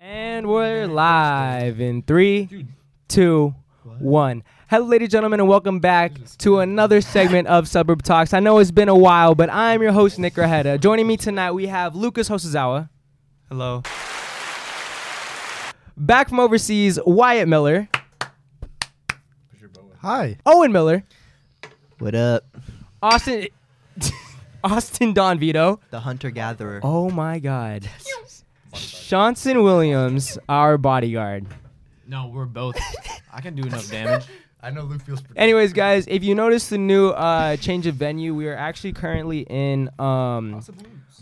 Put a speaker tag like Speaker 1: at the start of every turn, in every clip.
Speaker 1: And we're live in three, two, one. Hello, ladies and gentlemen, and welcome back to another segment of Suburb Talks. I know it's been a while, but I'm your host, Nick Raheda. Joining me tonight, we have Lucas Hosozawa.
Speaker 2: Hello.
Speaker 1: Back from overseas, Wyatt Miller.
Speaker 2: Hi.
Speaker 1: Owen Miller.
Speaker 2: What up?
Speaker 1: Austin... Austin Don Vito.
Speaker 2: The hunter gatherer.
Speaker 1: Oh, my God. Shanson Williams, our bodyguard.
Speaker 3: No, we're both. I can do enough damage.
Speaker 4: I know Luke feels pretty.
Speaker 1: Anyways, guys, if you notice the new uh, change of venue, we are actually currently in um,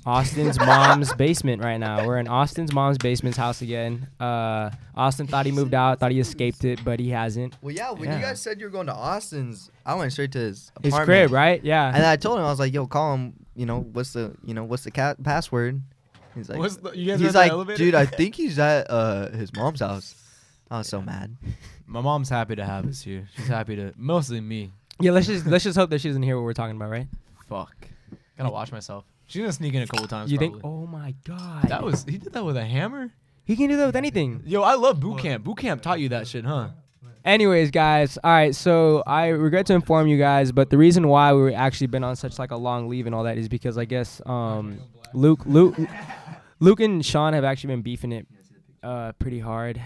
Speaker 1: Austin's mom's basement right now. We're in Austin's mom's basement's house again. Uh, Austin thought he moved out, thought he escaped it, but he hasn't.
Speaker 4: Well, yeah. When
Speaker 1: Yeah.
Speaker 4: you guys said you were going to Austin's, I went straight to his
Speaker 1: His
Speaker 4: apartment.
Speaker 1: crib, right? Yeah.
Speaker 2: And I told him I was like, "Yo, call him. You know what's the you know what's the cat password?" He's like,
Speaker 3: What's the- you guys were at
Speaker 2: "He's
Speaker 3: the
Speaker 2: like,
Speaker 3: elevator?
Speaker 2: dude, I think he's at uh his mom's house." I was so mad.
Speaker 3: My mom's happy to have us here. She's happy to mostly me.
Speaker 1: Yeah. Let's just let's just hope that she doesn't hear what we're talking about, right?
Speaker 3: Fuck. Gotta watch myself. She's gonna sneak in a couple times.
Speaker 1: You
Speaker 3: probably.
Speaker 1: think? Oh my God.
Speaker 3: that was he did that with a hammer?
Speaker 1: he can do that with anything.
Speaker 3: Yo, I love boot camp. Boot camp taught you that shit, huh?
Speaker 1: Anyways, guys. All right. So I regret to inform you guys, but the reason why we actually been on such like a long leave and all that is because I guess um, Luke, Luke, Luke and Sean have actually been beefing it uh, pretty hard.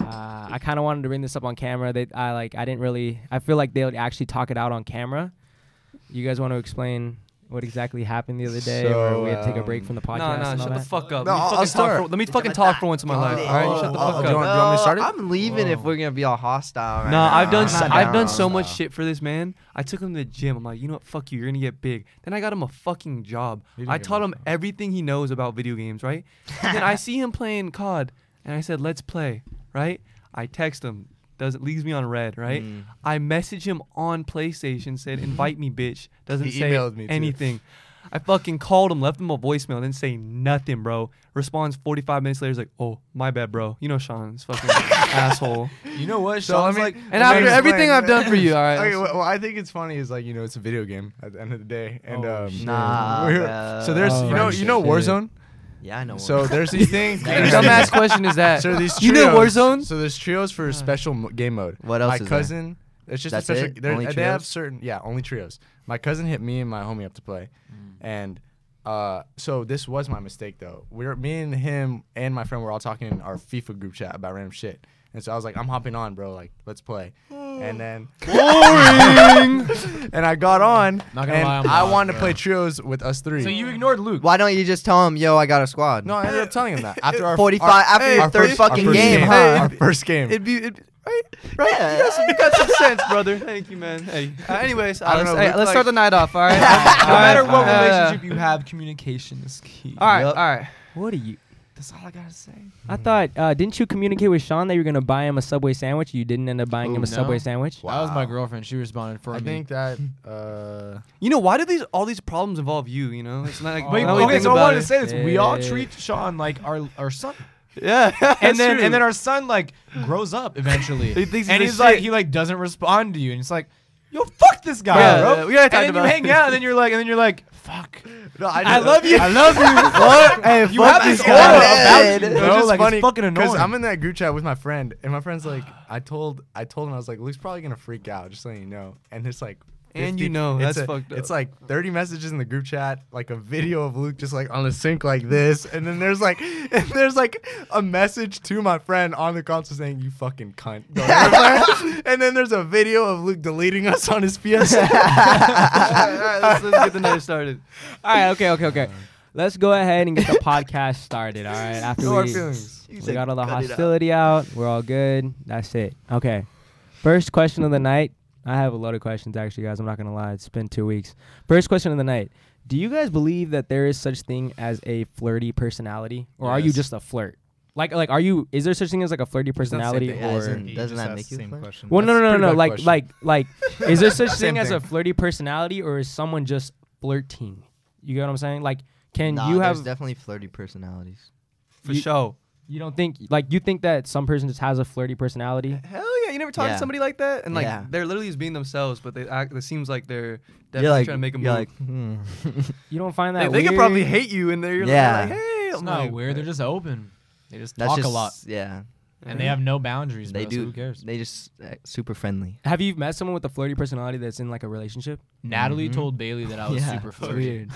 Speaker 1: Uh, I kind of wanted to bring this up on camera. They, I like, I didn't really. I feel like they would actually talk it out on camera. You guys want to explain what exactly happened the other day, or
Speaker 4: So,
Speaker 1: we had to take a break from the podcast?
Speaker 5: No, no,
Speaker 1: and all
Speaker 5: shut the
Speaker 1: that?
Speaker 5: fuck up.
Speaker 4: No,
Speaker 5: let me
Speaker 4: I'll-
Speaker 5: fucking
Speaker 4: I'll
Speaker 5: talk
Speaker 4: start.
Speaker 5: For, let me fucking talk for once in my life. All right, shut the
Speaker 4: Oh,
Speaker 5: fuck
Speaker 4: do
Speaker 5: up.
Speaker 4: you want- do you want me to start it?
Speaker 2: I'm leaving if we're gonna be all hostile. Right
Speaker 5: No,
Speaker 2: now.
Speaker 5: I've done
Speaker 2: I'm
Speaker 5: s-
Speaker 2: not
Speaker 5: I've
Speaker 2: down.
Speaker 5: done so much shit for this man. I took him to the gym. I'm like, you know what? Fuck you. You're gonna get big. Then I got him a fucking job.
Speaker 3: Video
Speaker 5: I
Speaker 3: game
Speaker 5: taught him
Speaker 3: job.
Speaker 5: everything he knows about video games, right? and then I see him playing COD, and I said, let's play, right? I text him. Doesn't leaves me on red, right?
Speaker 4: Mm.
Speaker 5: I message him on PlayStation, said invite me, bitch. Doesn't
Speaker 4: He
Speaker 5: say
Speaker 4: emailed me, too.
Speaker 5: anything. I fucking called him, left him a voicemail, didn't say nothing, bro. Responds 45 minutes later, he's like, "Oh, my bad, bro. You know Sean's fucking asshole."
Speaker 3: You know what?
Speaker 4: So,
Speaker 3: Sean's
Speaker 4: I mean-
Speaker 3: like,
Speaker 5: And after everything I've done for you, all right.
Speaker 4: Okay, well, well, I think it's funny. Is like you know, it's a video game at the end of the day, and
Speaker 1: Oh,
Speaker 4: um,
Speaker 1: shit.
Speaker 2: Nah,
Speaker 4: we're-
Speaker 2: bro.
Speaker 4: so there's
Speaker 1: Oh,
Speaker 4: you know you know
Speaker 1: shit.
Speaker 4: Warzone.
Speaker 2: Yeah, I know.
Speaker 4: So there's these things.
Speaker 5: What dumbass question is that?
Speaker 4: So these trios,
Speaker 5: you know Warzone?
Speaker 4: So there's trios for special mo- game mode.
Speaker 2: Uh. What else
Speaker 4: My
Speaker 2: is there?
Speaker 4: cousin. It's just
Speaker 2: That's
Speaker 4: a special.
Speaker 2: it?
Speaker 4: they're-
Speaker 2: Only
Speaker 4: They have
Speaker 2: trios?
Speaker 4: certain. Yeah, only trios. My cousin hit me and my homie up to play,
Speaker 2: Mm.
Speaker 4: and uh, so this was my mistake though. We are me and him and my friend were all talking in our FIFA group chat about random shit, and so I was like, I'm hopping on, bro. Like, let's play. And then boring. and I got on.
Speaker 3: Not gonna
Speaker 4: and
Speaker 3: lie, I'm
Speaker 4: I
Speaker 3: lost,
Speaker 4: wanted to
Speaker 3: bro.
Speaker 4: play trios with us three.
Speaker 3: so you ignored Luke.
Speaker 2: Why don't you just tell him, yo, I got a squad?
Speaker 4: No, I ended up telling him that after our
Speaker 2: 45
Speaker 4: our-
Speaker 2: after your
Speaker 4: our
Speaker 2: third
Speaker 4: our
Speaker 2: fucking
Speaker 4: first
Speaker 2: game, huh?
Speaker 4: Our first game.
Speaker 5: It'd be, it'd, right?
Speaker 2: right.
Speaker 5: You got, some, you got some sense, brother. Thank you, man. Hey. Uh, anyways,
Speaker 4: I don't
Speaker 5: Alex,
Speaker 4: know,
Speaker 5: hey,
Speaker 4: Luke,
Speaker 5: let's
Speaker 4: like-
Speaker 5: start the night off, all right?
Speaker 3: no matter what
Speaker 5: Uh,
Speaker 3: relationship you have, communication is key.
Speaker 5: All right, all right.
Speaker 1: What are you?
Speaker 3: That's all I gotta say.
Speaker 1: I thought, uh, didn't you communicate with Sean that you were gonna buy him a Subway sandwich? You didn't end up buying
Speaker 3: Oh,
Speaker 1: him a
Speaker 3: no.
Speaker 1: Subway sandwich.
Speaker 3: That was my girlfriend. She responded for
Speaker 4: I
Speaker 3: me.
Speaker 4: think that. Uh,
Speaker 5: You know, why do these all these problems involve you, you know? It's not like,
Speaker 3: Oh. Wait,
Speaker 5: now we
Speaker 3: okay,
Speaker 5: think
Speaker 3: so I
Speaker 5: about
Speaker 3: wanted
Speaker 5: it.
Speaker 3: to say this. We all
Speaker 1: Yeah.
Speaker 3: treat Sean like our our son.
Speaker 5: Yeah.
Speaker 3: and then and then our son like grows up eventually,
Speaker 5: He thinks he's
Speaker 3: and
Speaker 5: the
Speaker 3: he's like
Speaker 5: shit.
Speaker 3: he like doesn't respond to you, and it's like, yo, fuck this guy,
Speaker 5: Yeah,
Speaker 3: bro.
Speaker 5: yeah, we gotta talk
Speaker 3: and then you
Speaker 5: about
Speaker 3: hang
Speaker 5: it.
Speaker 3: out, and then you're like, and then you're like, fuck.
Speaker 4: no, I,
Speaker 3: I love you. I love you.
Speaker 4: What? Hey,
Speaker 3: you have this aura about you,
Speaker 4: It's
Speaker 3: bro.
Speaker 4: just
Speaker 3: Like
Speaker 4: funny
Speaker 3: it's fucking
Speaker 4: 'cause
Speaker 3: annoying.
Speaker 4: I'm in that group chat with my friend, and my friend's like, I told, I told him I was like, Luke's probably gonna freak out, just letting you know. And it's like,
Speaker 5: And
Speaker 4: 50
Speaker 5: you know,
Speaker 4: it's
Speaker 5: that's
Speaker 4: a-
Speaker 5: fucked up.
Speaker 4: It's like 30 messages in the group chat, like a video of Luke just like on the sink like this, and then there's like, and there's like a message to my friend on the console saying, "You fucking cunt," and then there's a video of Luke deleting us on his PS.
Speaker 5: all right, all right, let's, let's get the night started.
Speaker 1: All right, okay, okay, okay. Let's go ahead and get the podcast started. All right, after
Speaker 4: no hard
Speaker 1: we,
Speaker 4: feelings.
Speaker 1: we got all the hostility out. we're all good. That's it. Okay, first question of the night. I have a lot of questions actually, guys. I'm not gonna lie. It's been two weeks. First question of the night. Do you guys believe that there is such thing as a flirty personality, or are you
Speaker 3: Yes.
Speaker 1: just a flirt? Like like are you is there such thing as like a flirty personality
Speaker 2: thing, as
Speaker 1: or
Speaker 2: in-
Speaker 6: You
Speaker 2: Doesn't
Speaker 6: just
Speaker 2: that
Speaker 6: asked
Speaker 2: make
Speaker 6: the
Speaker 2: you
Speaker 6: same
Speaker 2: flirt?
Speaker 6: question.
Speaker 1: Well no
Speaker 4: That's
Speaker 1: no no
Speaker 4: a pretty
Speaker 1: no
Speaker 4: bad
Speaker 1: like
Speaker 4: question.
Speaker 1: like like is there such thing
Speaker 4: Same
Speaker 1: as a
Speaker 4: thing.
Speaker 1: flirty personality or is someone just flirting? You get what I'm saying? Like can
Speaker 2: Nah,
Speaker 1: you
Speaker 2: there's
Speaker 1: have
Speaker 2: definitely flirty personalities.
Speaker 5: for
Speaker 1: you-
Speaker 5: show.
Speaker 1: you don't think like you think that some person just has a flirty personality?
Speaker 5: Hell yeah, you never talk
Speaker 2: Yeah.
Speaker 5: to somebody like that, and like
Speaker 2: Yeah.
Speaker 5: they're literally just being themselves, but they act. It seems like they're
Speaker 2: You're
Speaker 5: definitely
Speaker 2: like-
Speaker 5: trying to make a move.
Speaker 2: you're like, hmm.
Speaker 1: You don't find
Speaker 5: they
Speaker 1: that
Speaker 5: they could
Speaker 1: weird?
Speaker 5: probably hate you, and they're
Speaker 2: Yeah.
Speaker 5: like, hey,
Speaker 3: It's
Speaker 5: I'm
Speaker 3: not
Speaker 5: like,
Speaker 3: weird. They're just open. They just
Speaker 2: That's
Speaker 3: talk
Speaker 2: just
Speaker 3: a lot,
Speaker 2: yeah.
Speaker 3: and they have no boundaries.
Speaker 2: They
Speaker 3: bro,
Speaker 2: do.
Speaker 3: So who cares?
Speaker 2: They just uh, super friendly.
Speaker 1: Have you met someone with a flirty personality that's in like a relationship?
Speaker 3: Natalie
Speaker 2: Mhm.
Speaker 3: told Bailey that I was
Speaker 2: Yeah,
Speaker 3: super
Speaker 2: it's
Speaker 3: flirty.
Speaker 1: weird.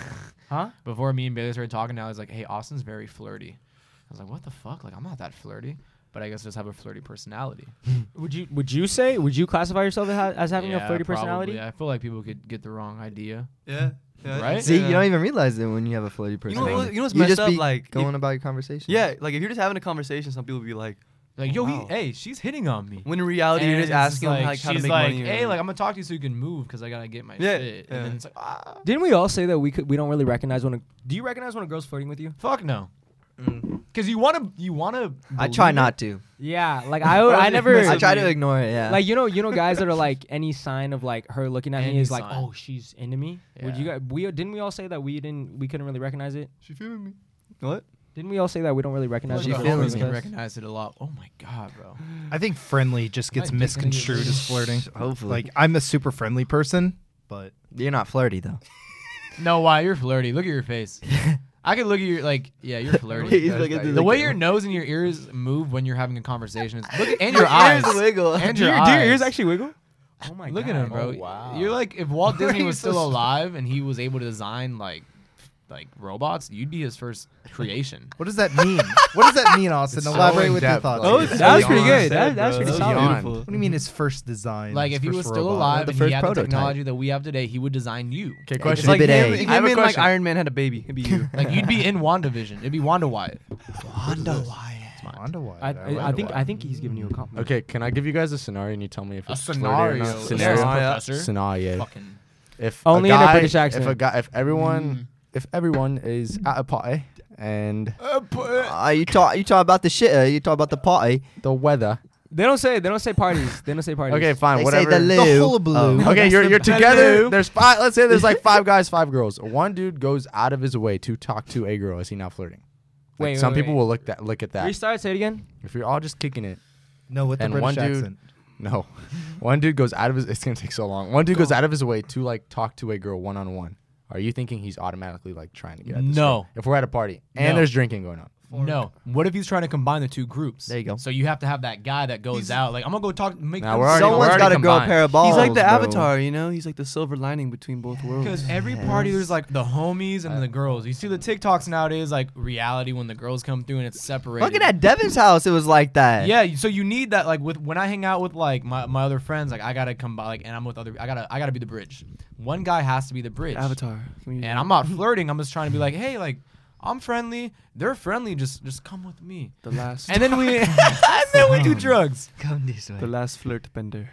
Speaker 1: Huh?
Speaker 3: Before me and Bailey started talking, I was like, "Hey, Austin's very flirty." I was like, "What the fuck? Like, I'm not that flirty." But I guess I just have a flirty personality.
Speaker 1: Would you would you say would you classify yourself as ha- as having
Speaker 3: Yeah,
Speaker 1: a flirty
Speaker 3: probably.
Speaker 1: personality?
Speaker 3: I feel like people could get the wrong idea.
Speaker 5: Yeah. yeah I
Speaker 3: Right?
Speaker 5: think
Speaker 2: See,
Speaker 5: so.
Speaker 2: you don't even realize it when you have a flirty
Speaker 5: You know,
Speaker 2: personality.
Speaker 5: what, you know what's
Speaker 2: You
Speaker 5: messed
Speaker 2: just
Speaker 5: up?
Speaker 2: be
Speaker 5: Like, if-
Speaker 2: going about your conversation.
Speaker 5: yeah, like if you're just having a conversation, some people would be like,
Speaker 3: Like, yo,
Speaker 5: Wow.
Speaker 3: he, hey, she's hitting on me.
Speaker 5: when in reality, you're
Speaker 3: And
Speaker 5: just
Speaker 3: it's
Speaker 5: asking them like, how to
Speaker 3: she's
Speaker 5: make
Speaker 3: like,
Speaker 5: money. or
Speaker 3: hey, like
Speaker 5: whatever.
Speaker 3: I'm gonna talk to you so you can move because I gotta get my
Speaker 5: Yeah,
Speaker 3: shit.
Speaker 5: yeah.
Speaker 3: And then it's like, ah,
Speaker 1: Didn't we all say that we could we don't really recognize when a do you recognize when a girl's flirting with you?
Speaker 3: fuck no. Because you wanna, you wanna.
Speaker 2: I try
Speaker 3: believe it.
Speaker 2: not to.
Speaker 1: Yeah, like I I never
Speaker 2: I try to ignore it. Yeah.
Speaker 1: like you know you know guys that are like any sign of like her looking at
Speaker 3: Any
Speaker 1: me is like
Speaker 3: sign.
Speaker 1: oh she's into me. Would you
Speaker 3: Yeah.
Speaker 1: guys we didn't we all say that we didn't we couldn't really recognize it?
Speaker 5: she feeling me. What?
Speaker 1: Didn't we all say that we don't really recognize
Speaker 3: She
Speaker 1: when a
Speaker 2: you
Speaker 1: girl
Speaker 2: feeling
Speaker 3: feels
Speaker 1: flirts
Speaker 2: me.
Speaker 3: me.
Speaker 1: with us?
Speaker 3: Recognize it a lot. Oh my god, bro.
Speaker 6: I think friendly just gets
Speaker 3: My dick's gonna get
Speaker 6: misconstrued as flirting.
Speaker 2: Hopefully.
Speaker 6: Like I'm a super friendly person, but
Speaker 2: You're not flirty though.
Speaker 3: No, why you're flirty? Look at your face. I could look at your like, yeah, you're flirty.
Speaker 2: He's looking through
Speaker 3: the way
Speaker 2: camera.
Speaker 3: your nose and your ears move when you're having a conversation is look at, and your eyes.
Speaker 2: ears wiggle.
Speaker 3: And
Speaker 1: Do
Speaker 3: your
Speaker 1: your, do your ears
Speaker 3: eyes.
Speaker 1: actually wiggle? Oh my
Speaker 3: Look at him, bro.
Speaker 4: Oh, wow.
Speaker 3: You're like if Walt Disney was
Speaker 6: He's so
Speaker 3: still
Speaker 6: smart.
Speaker 3: alive and he was able to design like like robots, you'd be his first creation.
Speaker 6: what does that mean? what does that mean, Austin?
Speaker 4: It's so
Speaker 6: Elaborate with your
Speaker 4: in-depth,
Speaker 6: thoughts.
Speaker 4: like,
Speaker 1: That
Speaker 5: Oh,
Speaker 1: was-
Speaker 5: it's
Speaker 1: that was
Speaker 5: beyond
Speaker 1: pretty good.
Speaker 5: said,
Speaker 1: That- that was
Speaker 5: bro.
Speaker 1: pretty
Speaker 5: That
Speaker 1: solid.
Speaker 5: beyond.
Speaker 6: What do you mean his first design?
Speaker 3: like
Speaker 6: his
Speaker 3: if he
Speaker 6: first
Speaker 3: was still
Speaker 6: robot?
Speaker 3: alive
Speaker 2: The
Speaker 3: and
Speaker 2: first
Speaker 3: he had
Speaker 2: prototype.
Speaker 3: the technology that we have today, he would design you.
Speaker 4: Okay,
Speaker 5: It's
Speaker 4: question.
Speaker 5: like
Speaker 2: Exhibit
Speaker 5: him,
Speaker 2: A.
Speaker 5: if
Speaker 2: I have
Speaker 5: him
Speaker 2: a
Speaker 5: and like
Speaker 2: question.
Speaker 5: Iron Man had a baby. It'd be you.
Speaker 3: Like you'd be in WandaVision. It'd be Wanda Wyatt.
Speaker 6: Wanda Wyatt. Wanda Wyatt.
Speaker 1: I, I, I think I think he's giving you a compliment.
Speaker 4: Okay, can I give you guys a scenario and you tell me if
Speaker 3: A
Speaker 4: it's flirty or
Speaker 3: scenario.
Speaker 4: not?
Speaker 3: Yes,
Speaker 4: Scenario.
Speaker 3: professor.
Speaker 4: Scenario.
Speaker 3: Fucking
Speaker 4: If
Speaker 1: Only
Speaker 4: a
Speaker 1: in a
Speaker 4: guy,
Speaker 1: British accent.
Speaker 4: If a guy, if everyone,
Speaker 1: Mm.
Speaker 4: if everyone is at a party and
Speaker 2: Uh, you talk. You talk about the shitter. You talk about the party.
Speaker 4: the weather.
Speaker 1: They don't say they don't say parties. They don't say parties.
Speaker 4: Okay, fine.
Speaker 2: They
Speaker 4: whatever.
Speaker 2: say the loo.
Speaker 6: hullabaloo.
Speaker 2: Oh.
Speaker 4: okay, you're you're together.
Speaker 1: Hello.
Speaker 4: There's five. Let's say there's like five guys, five girls. One dude goes out of his way to talk to a girl. Is he not flirting? Like,
Speaker 1: Wait,
Speaker 4: some
Speaker 1: wait,
Speaker 4: people
Speaker 1: wait.
Speaker 4: will look that look at that.
Speaker 1: Restart. Say it again.
Speaker 4: if you're all just kicking it,
Speaker 6: No, with the
Speaker 4: And
Speaker 6: British
Speaker 4: one dude-
Speaker 6: accent.
Speaker 4: no. One dude goes out of his. It's gonna take so long. One dude goes out of his way to like talk to a girl one on one. Are you thinking he's automatically like trying to get at this
Speaker 3: No.
Speaker 4: girl? If we're at a party and
Speaker 3: No.
Speaker 4: there's drinking going on.
Speaker 3: no. What if he's trying to combine the two groups?
Speaker 2: There you go.
Speaker 3: So you have to have that guy that goes out. Like I'm gonna go talk. Make
Speaker 4: Nah,
Speaker 3: them
Speaker 4: we're already-
Speaker 3: so-
Speaker 4: we're
Speaker 2: Someone's
Speaker 4: already
Speaker 2: got to grow a
Speaker 4: combined.
Speaker 2: pair of balls.
Speaker 5: He's like the
Speaker 2: bro.
Speaker 5: Avatar, you know? He's like the silver lining between both worlds.
Speaker 3: Because every party there's like the homies and the girls. You see the TikToks nowadays, like reality when the girls come through and it's separated.
Speaker 2: Look at that Devin's house. It was like that.
Speaker 3: Yeah, you- so you need that like with when I hang out with like my, my other friends, like I gotta come by like and I'm with other I gotta I gotta be the bridge. One guy has to be the bridge.
Speaker 5: Avatar. Can we-
Speaker 3: And I'm not flirting, I'm just trying to be like, hey, like I'm friendly, they're friendly, just just come with me.
Speaker 5: the last
Speaker 3: And then we and then we do drugs.
Speaker 2: Come this way.
Speaker 5: the last flirt bender.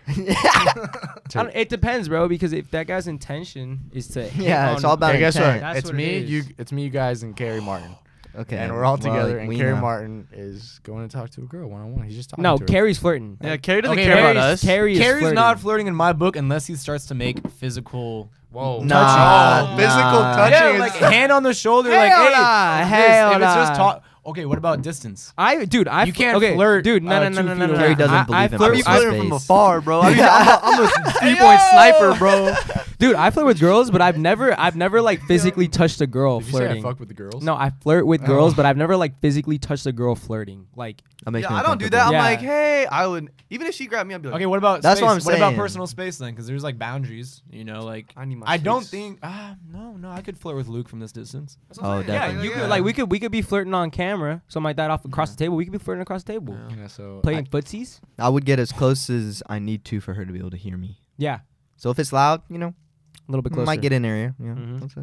Speaker 1: I don't, it depends, bro. Because if that guy's intention is to hit
Speaker 2: Yeah,
Speaker 1: on-
Speaker 2: it's all about
Speaker 4: Hey, guess
Speaker 2: intent.
Speaker 4: what?
Speaker 1: That's
Speaker 4: It's
Speaker 1: what it
Speaker 4: me,
Speaker 1: is.
Speaker 4: you. It's me, you guys, and Carrie Martin.
Speaker 2: Okay.
Speaker 4: and we're all
Speaker 2: well,
Speaker 4: together. and
Speaker 2: we
Speaker 4: Carrie
Speaker 2: know.
Speaker 4: Martin is going to talk to a girl one on one. He's just talking.
Speaker 1: No,
Speaker 4: to her.
Speaker 1: Carrie's flirting.
Speaker 5: Yeah, Carrie doesn't
Speaker 3: Okay,
Speaker 5: care about
Speaker 3: Carrie's-
Speaker 5: us.
Speaker 1: Carrie is
Speaker 3: Carrie's
Speaker 1: flirting.
Speaker 3: not flirting in my book unless he starts to make physical
Speaker 4: Whoa.
Speaker 2: Nah,
Speaker 4: Touching.
Speaker 2: nah.
Speaker 4: Physical touching.
Speaker 3: Ah, Yeah,
Speaker 4: is-
Speaker 3: like hand on the shoulder, like
Speaker 1: Hell
Speaker 3: hey,
Speaker 1: nah,
Speaker 3: this,"
Speaker 1: hell
Speaker 3: if it's just
Speaker 1: nah.
Speaker 3: talk. Okay, what about distance?
Speaker 1: I, dude, I
Speaker 3: You
Speaker 1: fl-
Speaker 3: can't
Speaker 1: okay,
Speaker 3: flirt,
Speaker 1: dude. No, no, no,
Speaker 3: uh, two
Speaker 1: no,
Speaker 3: feet
Speaker 1: no, no.
Speaker 3: away.
Speaker 1: no.
Speaker 2: Carrie doesn't
Speaker 1: I, I
Speaker 2: believe in
Speaker 1: flirt.
Speaker 2: personal
Speaker 1: I-
Speaker 2: space.
Speaker 5: flirting from
Speaker 2: Space.
Speaker 5: afar, bro. I mean, I'm a- I'm a three point sniper, bro.
Speaker 1: dude, I flirt with girls, but I've never, I've never like physically touched a girl
Speaker 4: Did you say I
Speaker 1: flirting.
Speaker 4: fuck with the girls.
Speaker 1: no, I flirt with girls, but I've never like physically touched a girl flirting. Like,
Speaker 2: That makes
Speaker 5: Yeah,
Speaker 2: me
Speaker 5: I don't do that. I'm
Speaker 1: Yeah.
Speaker 5: like, hey, I would. Even if she grabbed me, I'd be like,
Speaker 3: Okay, what about
Speaker 2: That's
Speaker 3: space?
Speaker 2: what I'm
Speaker 3: What about
Speaker 2: saying.
Speaker 3: personal space then? Because there's like boundaries, you know. Like
Speaker 5: I need my
Speaker 3: I don't
Speaker 5: space.
Speaker 3: think. Ah, no, no, I could flirt with Luke from this distance.
Speaker 2: Oh,
Speaker 1: yeah,
Speaker 2: definitely.
Speaker 1: you could like we could we could be flirting on camera, something like that, off across the table. We could be flirting across the table,
Speaker 4: Yeah, so
Speaker 1: playing footsies.
Speaker 2: I would get as close as I need to for her to be able to hear me.
Speaker 1: Yeah,
Speaker 2: So if it's loud, you know,
Speaker 1: a little bit closer.
Speaker 2: might get in her ear. You know?
Speaker 1: Mhm.
Speaker 2: That's, uh,